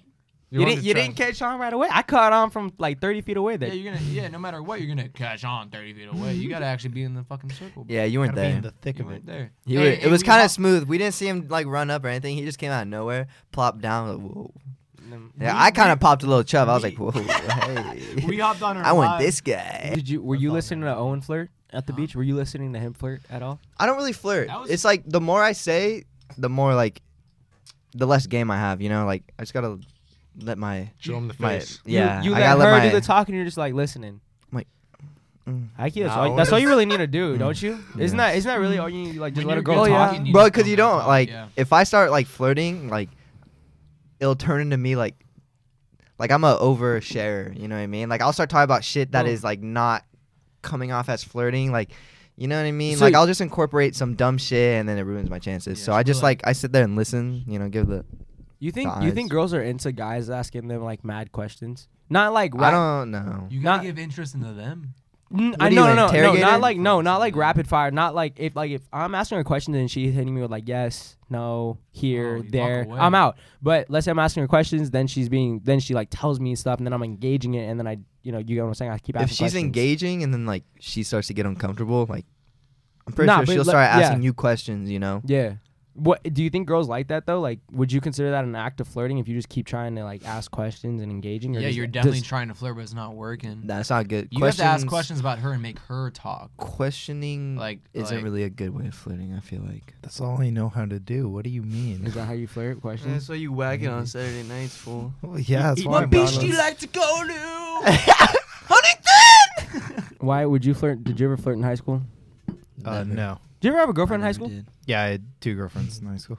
Speaker 1: you, didn't you didn't catch on right away. I caught on from like thirty feet away. There.
Speaker 3: Yeah, you're gonna. Yeah, no matter what, you're gonna catch on thirty feet away. You gotta actually be in the fucking circle. bro.
Speaker 2: Yeah, you weren't
Speaker 6: Gotta be
Speaker 2: there.
Speaker 6: in the thick
Speaker 3: You
Speaker 6: of it.
Speaker 3: weren't there.
Speaker 2: You
Speaker 3: Hey,
Speaker 2: were,
Speaker 3: hey,
Speaker 2: it was
Speaker 3: we
Speaker 2: kind of
Speaker 3: talked-
Speaker 2: smooth. We didn't see him like run up or anything. He just came out of nowhere, plopped down. Like, whoa.
Speaker 1: Mm.
Speaker 2: Yeah,
Speaker 3: We-
Speaker 2: I kind of popped a little chub. I was
Speaker 3: we-
Speaker 2: like, whoa, hey.
Speaker 3: We hopped on her.
Speaker 2: I want
Speaker 3: live.
Speaker 2: this guy.
Speaker 1: Eh, Did you were you listening to Owen flirt at the beach? Were you listening to him flirt at all?
Speaker 2: I don't really flirt.
Speaker 3: That was-
Speaker 2: It's like the more I say, the more like, the less game I have. You know, like I just gotta let my
Speaker 4: Show him the
Speaker 2: my
Speaker 4: face.
Speaker 2: yeah.
Speaker 1: you, you
Speaker 2: I
Speaker 1: let her
Speaker 2: gotta let my
Speaker 1: do the talking. You're just like listening.
Speaker 2: Like, mm.
Speaker 1: I guess
Speaker 4: Nah,
Speaker 1: all-
Speaker 4: what
Speaker 1: that's all
Speaker 4: is-
Speaker 1: you really need to do, don't you? Isn't
Speaker 2: Yeah.
Speaker 1: that isn't that really all you need? Like just
Speaker 3: When
Speaker 1: let a
Speaker 3: you're
Speaker 1: girl
Speaker 3: good
Speaker 1: talk.
Speaker 3: talking,
Speaker 2: bro,
Speaker 3: just
Speaker 2: because
Speaker 3: don't
Speaker 2: you
Speaker 3: back
Speaker 2: don't
Speaker 3: up,
Speaker 2: like
Speaker 3: yeah.
Speaker 2: if I start like flirting, like it'll turn into me like like I'm a oversharer. You know what I mean? Like I'll start talking about shit that is like not coming off as flirting. Like you know what I mean?
Speaker 1: So
Speaker 2: like
Speaker 1: y-
Speaker 2: I'll just incorporate some dumb shit and then it ruins my chances.
Speaker 3: Yeah,
Speaker 2: so
Speaker 3: so
Speaker 2: I
Speaker 3: we're
Speaker 2: just
Speaker 3: like-
Speaker 2: like, I sit there and listen. You know, give the
Speaker 1: You think
Speaker 2: The
Speaker 1: you
Speaker 2: eyes.
Speaker 1: think girls are into guys asking them like mad questions? Not like
Speaker 2: I
Speaker 1: rap-
Speaker 2: don't know.
Speaker 3: You
Speaker 1: Not-
Speaker 3: gotta give interest into them.
Speaker 1: N-
Speaker 2: What
Speaker 1: I no
Speaker 2: are you,
Speaker 1: no no
Speaker 2: an
Speaker 1: no not
Speaker 2: interrogator?
Speaker 1: like no not like rapid fire. Not like if like if I'm asking her a question and she's hitting me with like yes no
Speaker 3: Oh,
Speaker 1: here
Speaker 3: you walk
Speaker 1: there
Speaker 3: away.
Speaker 1: I'm out. But let's say I'm asking her questions, then she's being then she like tells me stuff and then I'm engaging it and then I you know you know what I'm saying I keep asking
Speaker 2: if she's
Speaker 1: questions.
Speaker 2: engaging and then like she starts to get uncomfortable, like I'm pretty
Speaker 1: Nah,
Speaker 2: sure
Speaker 1: but
Speaker 2: she'll
Speaker 1: le-
Speaker 2: start
Speaker 1: yeah.
Speaker 2: asking you questions. You know?
Speaker 1: Yeah. What do you think girls like that though? Like, would you consider that an act of flirting if you just keep trying to like ask questions and engaging? Or
Speaker 3: Yeah,
Speaker 1: does-
Speaker 3: you're
Speaker 1: does-
Speaker 3: definitely trying to flirt, but it's not working.
Speaker 2: That's not good.
Speaker 3: you have to ask questions about her and make her talk.
Speaker 2: Questioning
Speaker 3: Like-
Speaker 2: isn't
Speaker 3: like-
Speaker 2: really a good way of flirting. I feel like.
Speaker 6: That's all I know how to do. What do you mean?
Speaker 1: Is that how you flirt? Questions.
Speaker 5: That's why you whack it on Saturday nights, fool.
Speaker 6: Well, yeah, that's why I'm
Speaker 3: beach do
Speaker 6: balanced.
Speaker 3: you like to go to?
Speaker 1: Why would you flirt? Did you ever flirt in high school?
Speaker 6: Uh, no.
Speaker 1: Did you ever have a girlfriend in high school?
Speaker 6: Yeah, I had two girlfriends in high school.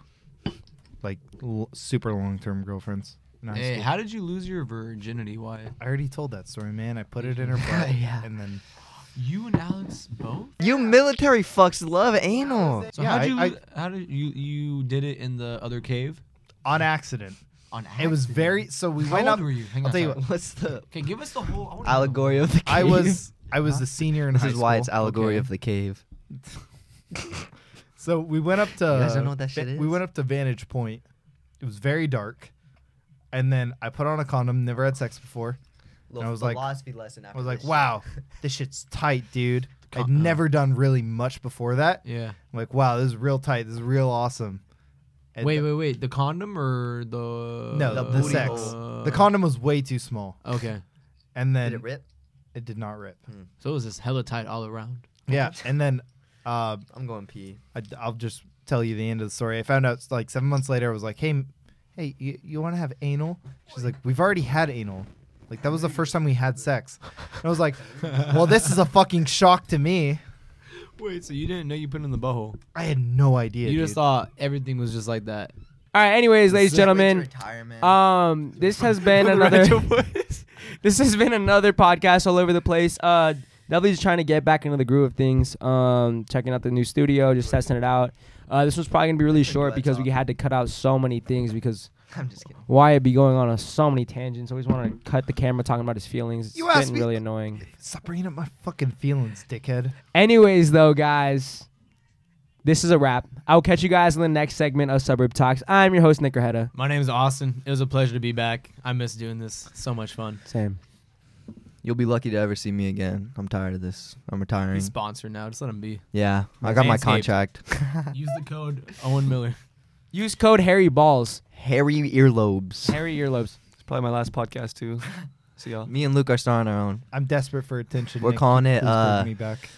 Speaker 6: Like l- super long term girlfriends in high
Speaker 3: Hey,
Speaker 6: school.
Speaker 3: how did you lose your virginity, Wyatt?
Speaker 6: I already told that story, man. I put it in her butt,
Speaker 2: Yeah.
Speaker 6: and then
Speaker 3: You and Alex both?
Speaker 2: You military fucks love anal.
Speaker 3: So
Speaker 6: Yeah,
Speaker 3: how
Speaker 6: I-
Speaker 3: did you?
Speaker 6: I-
Speaker 3: lo- how did you? You did it in the other cave
Speaker 6: on accident,
Speaker 3: on.
Speaker 6: it was
Speaker 3: accident?
Speaker 6: very. So we
Speaker 3: How
Speaker 6: went
Speaker 3: old
Speaker 6: up.
Speaker 3: were you? Hang
Speaker 6: I'll
Speaker 3: on,
Speaker 6: tell you what.
Speaker 2: What's the
Speaker 3: Okay, give us the whole I wanna know the-
Speaker 2: allegory of the cave?
Speaker 6: I was I was a senior in
Speaker 2: This
Speaker 6: high
Speaker 2: is
Speaker 6: school.
Speaker 2: why it's allegory
Speaker 6: Okay.
Speaker 2: of the cave.
Speaker 6: So we went up to.
Speaker 2: You guys don't know what that shit
Speaker 6: We
Speaker 2: is?
Speaker 6: went up to Vantage Point. It was very dark, and then I put on a condom. Never had sex before. And I was like-
Speaker 2: philosophy lesson. After
Speaker 6: I was like,
Speaker 2: this
Speaker 6: wow, this shit's tight, dude. I'd
Speaker 2: uh,
Speaker 6: never done really much before that.
Speaker 3: Yeah.
Speaker 6: I'm like, wow, this is real tight. This is real awesome. And
Speaker 3: wait,
Speaker 6: the-
Speaker 3: wait, wait. The condom or the
Speaker 6: No, the,
Speaker 2: booty
Speaker 6: sex.
Speaker 2: hole.
Speaker 6: The condom was way too small,
Speaker 3: Okay,
Speaker 6: and then
Speaker 2: Did it rip?
Speaker 6: it did not rip.
Speaker 2: Hmm.
Speaker 3: so it was just hella tight all around.
Speaker 6: Yeah, and then uh,
Speaker 2: I'm going pee.
Speaker 6: I, will just tell you the end of the story. I found out like seven months later. I was like, "Hey, m- hey, you, you want to have anal?" She's like, "We've already had anal. Like that was the first time we had sex." And I was like, "Well, this is a fucking shock to me.
Speaker 3: Wait, so you didn't know you put it in the butthole?
Speaker 6: I had no idea."
Speaker 3: you just
Speaker 6: dude.
Speaker 3: thought everything was just like that.
Speaker 1: All right. Anyways, ladies and gentlemen,
Speaker 2: Retirement.
Speaker 1: um, this has been another. this has been another podcast all over the place. Uh, definitely just trying to get back into the groove of things. Um, checking out the new studio, just testing it out. Uh, this was probably gonna be really short because we had to cut out so many things because
Speaker 2: I'm just kidding.
Speaker 1: Wyatt be going on a, so many tangents. Always wanted to cut the camera talking about his feelings. It's
Speaker 6: You asked
Speaker 1: getting
Speaker 6: me-
Speaker 1: really annoying.
Speaker 6: Stop bringing up my fucking feelings, dickhead.
Speaker 1: Anyways, though, guys, this is a wrap. I'll catch you guys in the next segment of Suburb Talks. I'm your host Nick Rajeda.
Speaker 3: My name is Austin. It was a pleasure to be back. I miss doing this. So much fun.
Speaker 1: Same.
Speaker 2: You'll be lucky to ever see me again. I'm tired of this. I'm retiring.
Speaker 6: Mm-hmm.
Speaker 3: He's sponsored now. Just let him be.
Speaker 2: Yeah, I got my
Speaker 3: Manscaped.
Speaker 2: contract.
Speaker 3: Use the code Owen Miller.
Speaker 1: Use code Harry Balls.
Speaker 2: Hairy earlobes.
Speaker 1: Harry earlobes.
Speaker 5: It's probably my last podcast too. See y'all.
Speaker 2: Me and Luke are starting our own.
Speaker 6: I'm desperate for attention.
Speaker 2: We're
Speaker 6: Nick.
Speaker 2: calling it,
Speaker 6: Please bring
Speaker 2: uh,
Speaker 6: me back.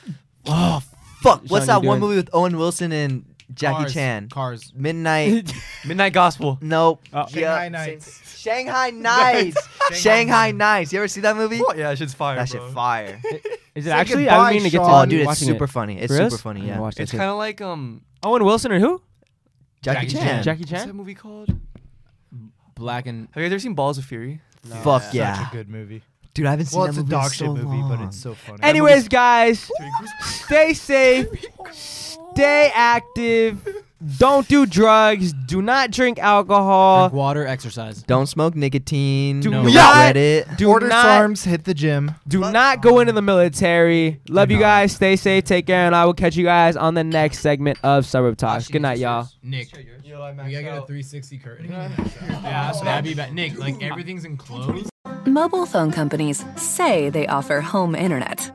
Speaker 2: Oh fuck!
Speaker 1: Sean,
Speaker 2: What's that
Speaker 1: you
Speaker 2: one
Speaker 1: doing-
Speaker 2: movie with Owen Wilson and Jackie
Speaker 3: Cars.
Speaker 2: Chan?
Speaker 3: Cars.
Speaker 2: Midnight.
Speaker 5: Midnight Gospel.
Speaker 2: Nope.
Speaker 1: Oh.
Speaker 6: Shanghai
Speaker 2: Yeah,
Speaker 6: Nights.
Speaker 2: same- Shanghai Nights. Shanghai Nights. You ever see that movie?
Speaker 5: What? Yeah, that shit's fire,
Speaker 2: That shit
Speaker 5: bro.
Speaker 2: fire.
Speaker 1: Is it
Speaker 6: Say
Speaker 1: actually? I
Speaker 6: goodbye,
Speaker 1: didn't mean to get to
Speaker 6: Sean.
Speaker 2: oh,
Speaker 1: you
Speaker 2: dude, it's
Speaker 1: watching
Speaker 2: super
Speaker 1: it.
Speaker 2: funny. It's
Speaker 1: For reals?
Speaker 2: super funny.
Speaker 1: I
Speaker 2: Yeah.
Speaker 1: haven't watched that
Speaker 5: It's
Speaker 1: shit.
Speaker 5: kind of like um.
Speaker 1: Owen Wilson or who?
Speaker 2: Jackie,
Speaker 3: Jackie
Speaker 2: Chan.
Speaker 3: Chan.
Speaker 1: Jackie
Speaker 5: What's that
Speaker 1: Chan.
Speaker 5: movie called?
Speaker 3: Black and
Speaker 5: Have you ever seen Balls of Fury?
Speaker 2: Fuck
Speaker 6: Such
Speaker 2: yeah,
Speaker 6: a good movie.
Speaker 2: dude! I haven't seen
Speaker 6: Well,
Speaker 2: that
Speaker 6: it's a
Speaker 2: movie in
Speaker 6: dog shit
Speaker 2: so
Speaker 6: movie, but it's
Speaker 2: long.
Speaker 6: so funny.
Speaker 1: Anyways, guys, stay safe, stay active, don't do drugs, do not drink alcohol,
Speaker 3: drink water exercise.
Speaker 2: Don't smoke nicotine.
Speaker 1: Do
Speaker 2: don't
Speaker 1: not-
Speaker 2: regret it.
Speaker 1: do
Speaker 6: Order
Speaker 1: not
Speaker 6: SARMs, hit the gym.
Speaker 1: do not go into the military. Love you guys. Stay safe. Take care, and I will catch you guys on the next segment of Suburb Talks. Good night, y'all.
Speaker 3: Nick,
Speaker 4: Yo, I
Speaker 3: we gotta
Speaker 4: maxed
Speaker 3: get a
Speaker 4: out.
Speaker 3: 360 curtain. yeah, that's what I'd be back. Nick, like everything's enclosed.
Speaker 7: Mobile phone companies say they offer home internet.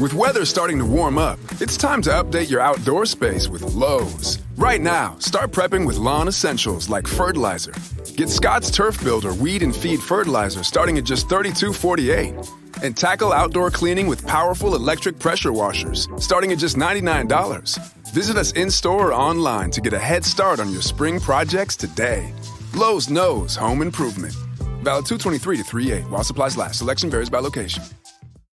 Speaker 8: With weather starting to warm up, it's time to update your outdoor space with Lowe's. Right now, start prepping with lawn essentials like fertilizer. Get Scott's Turf Builder weed and feed fertilizer starting at just $32.48. And tackle outdoor cleaning with powerful electric pressure washers starting at just $99. Visit us in store or online to get a head start on your spring projects today. Lowe's knows home improvement. Valid 223 to 38 while supplies last. Selection varies by location.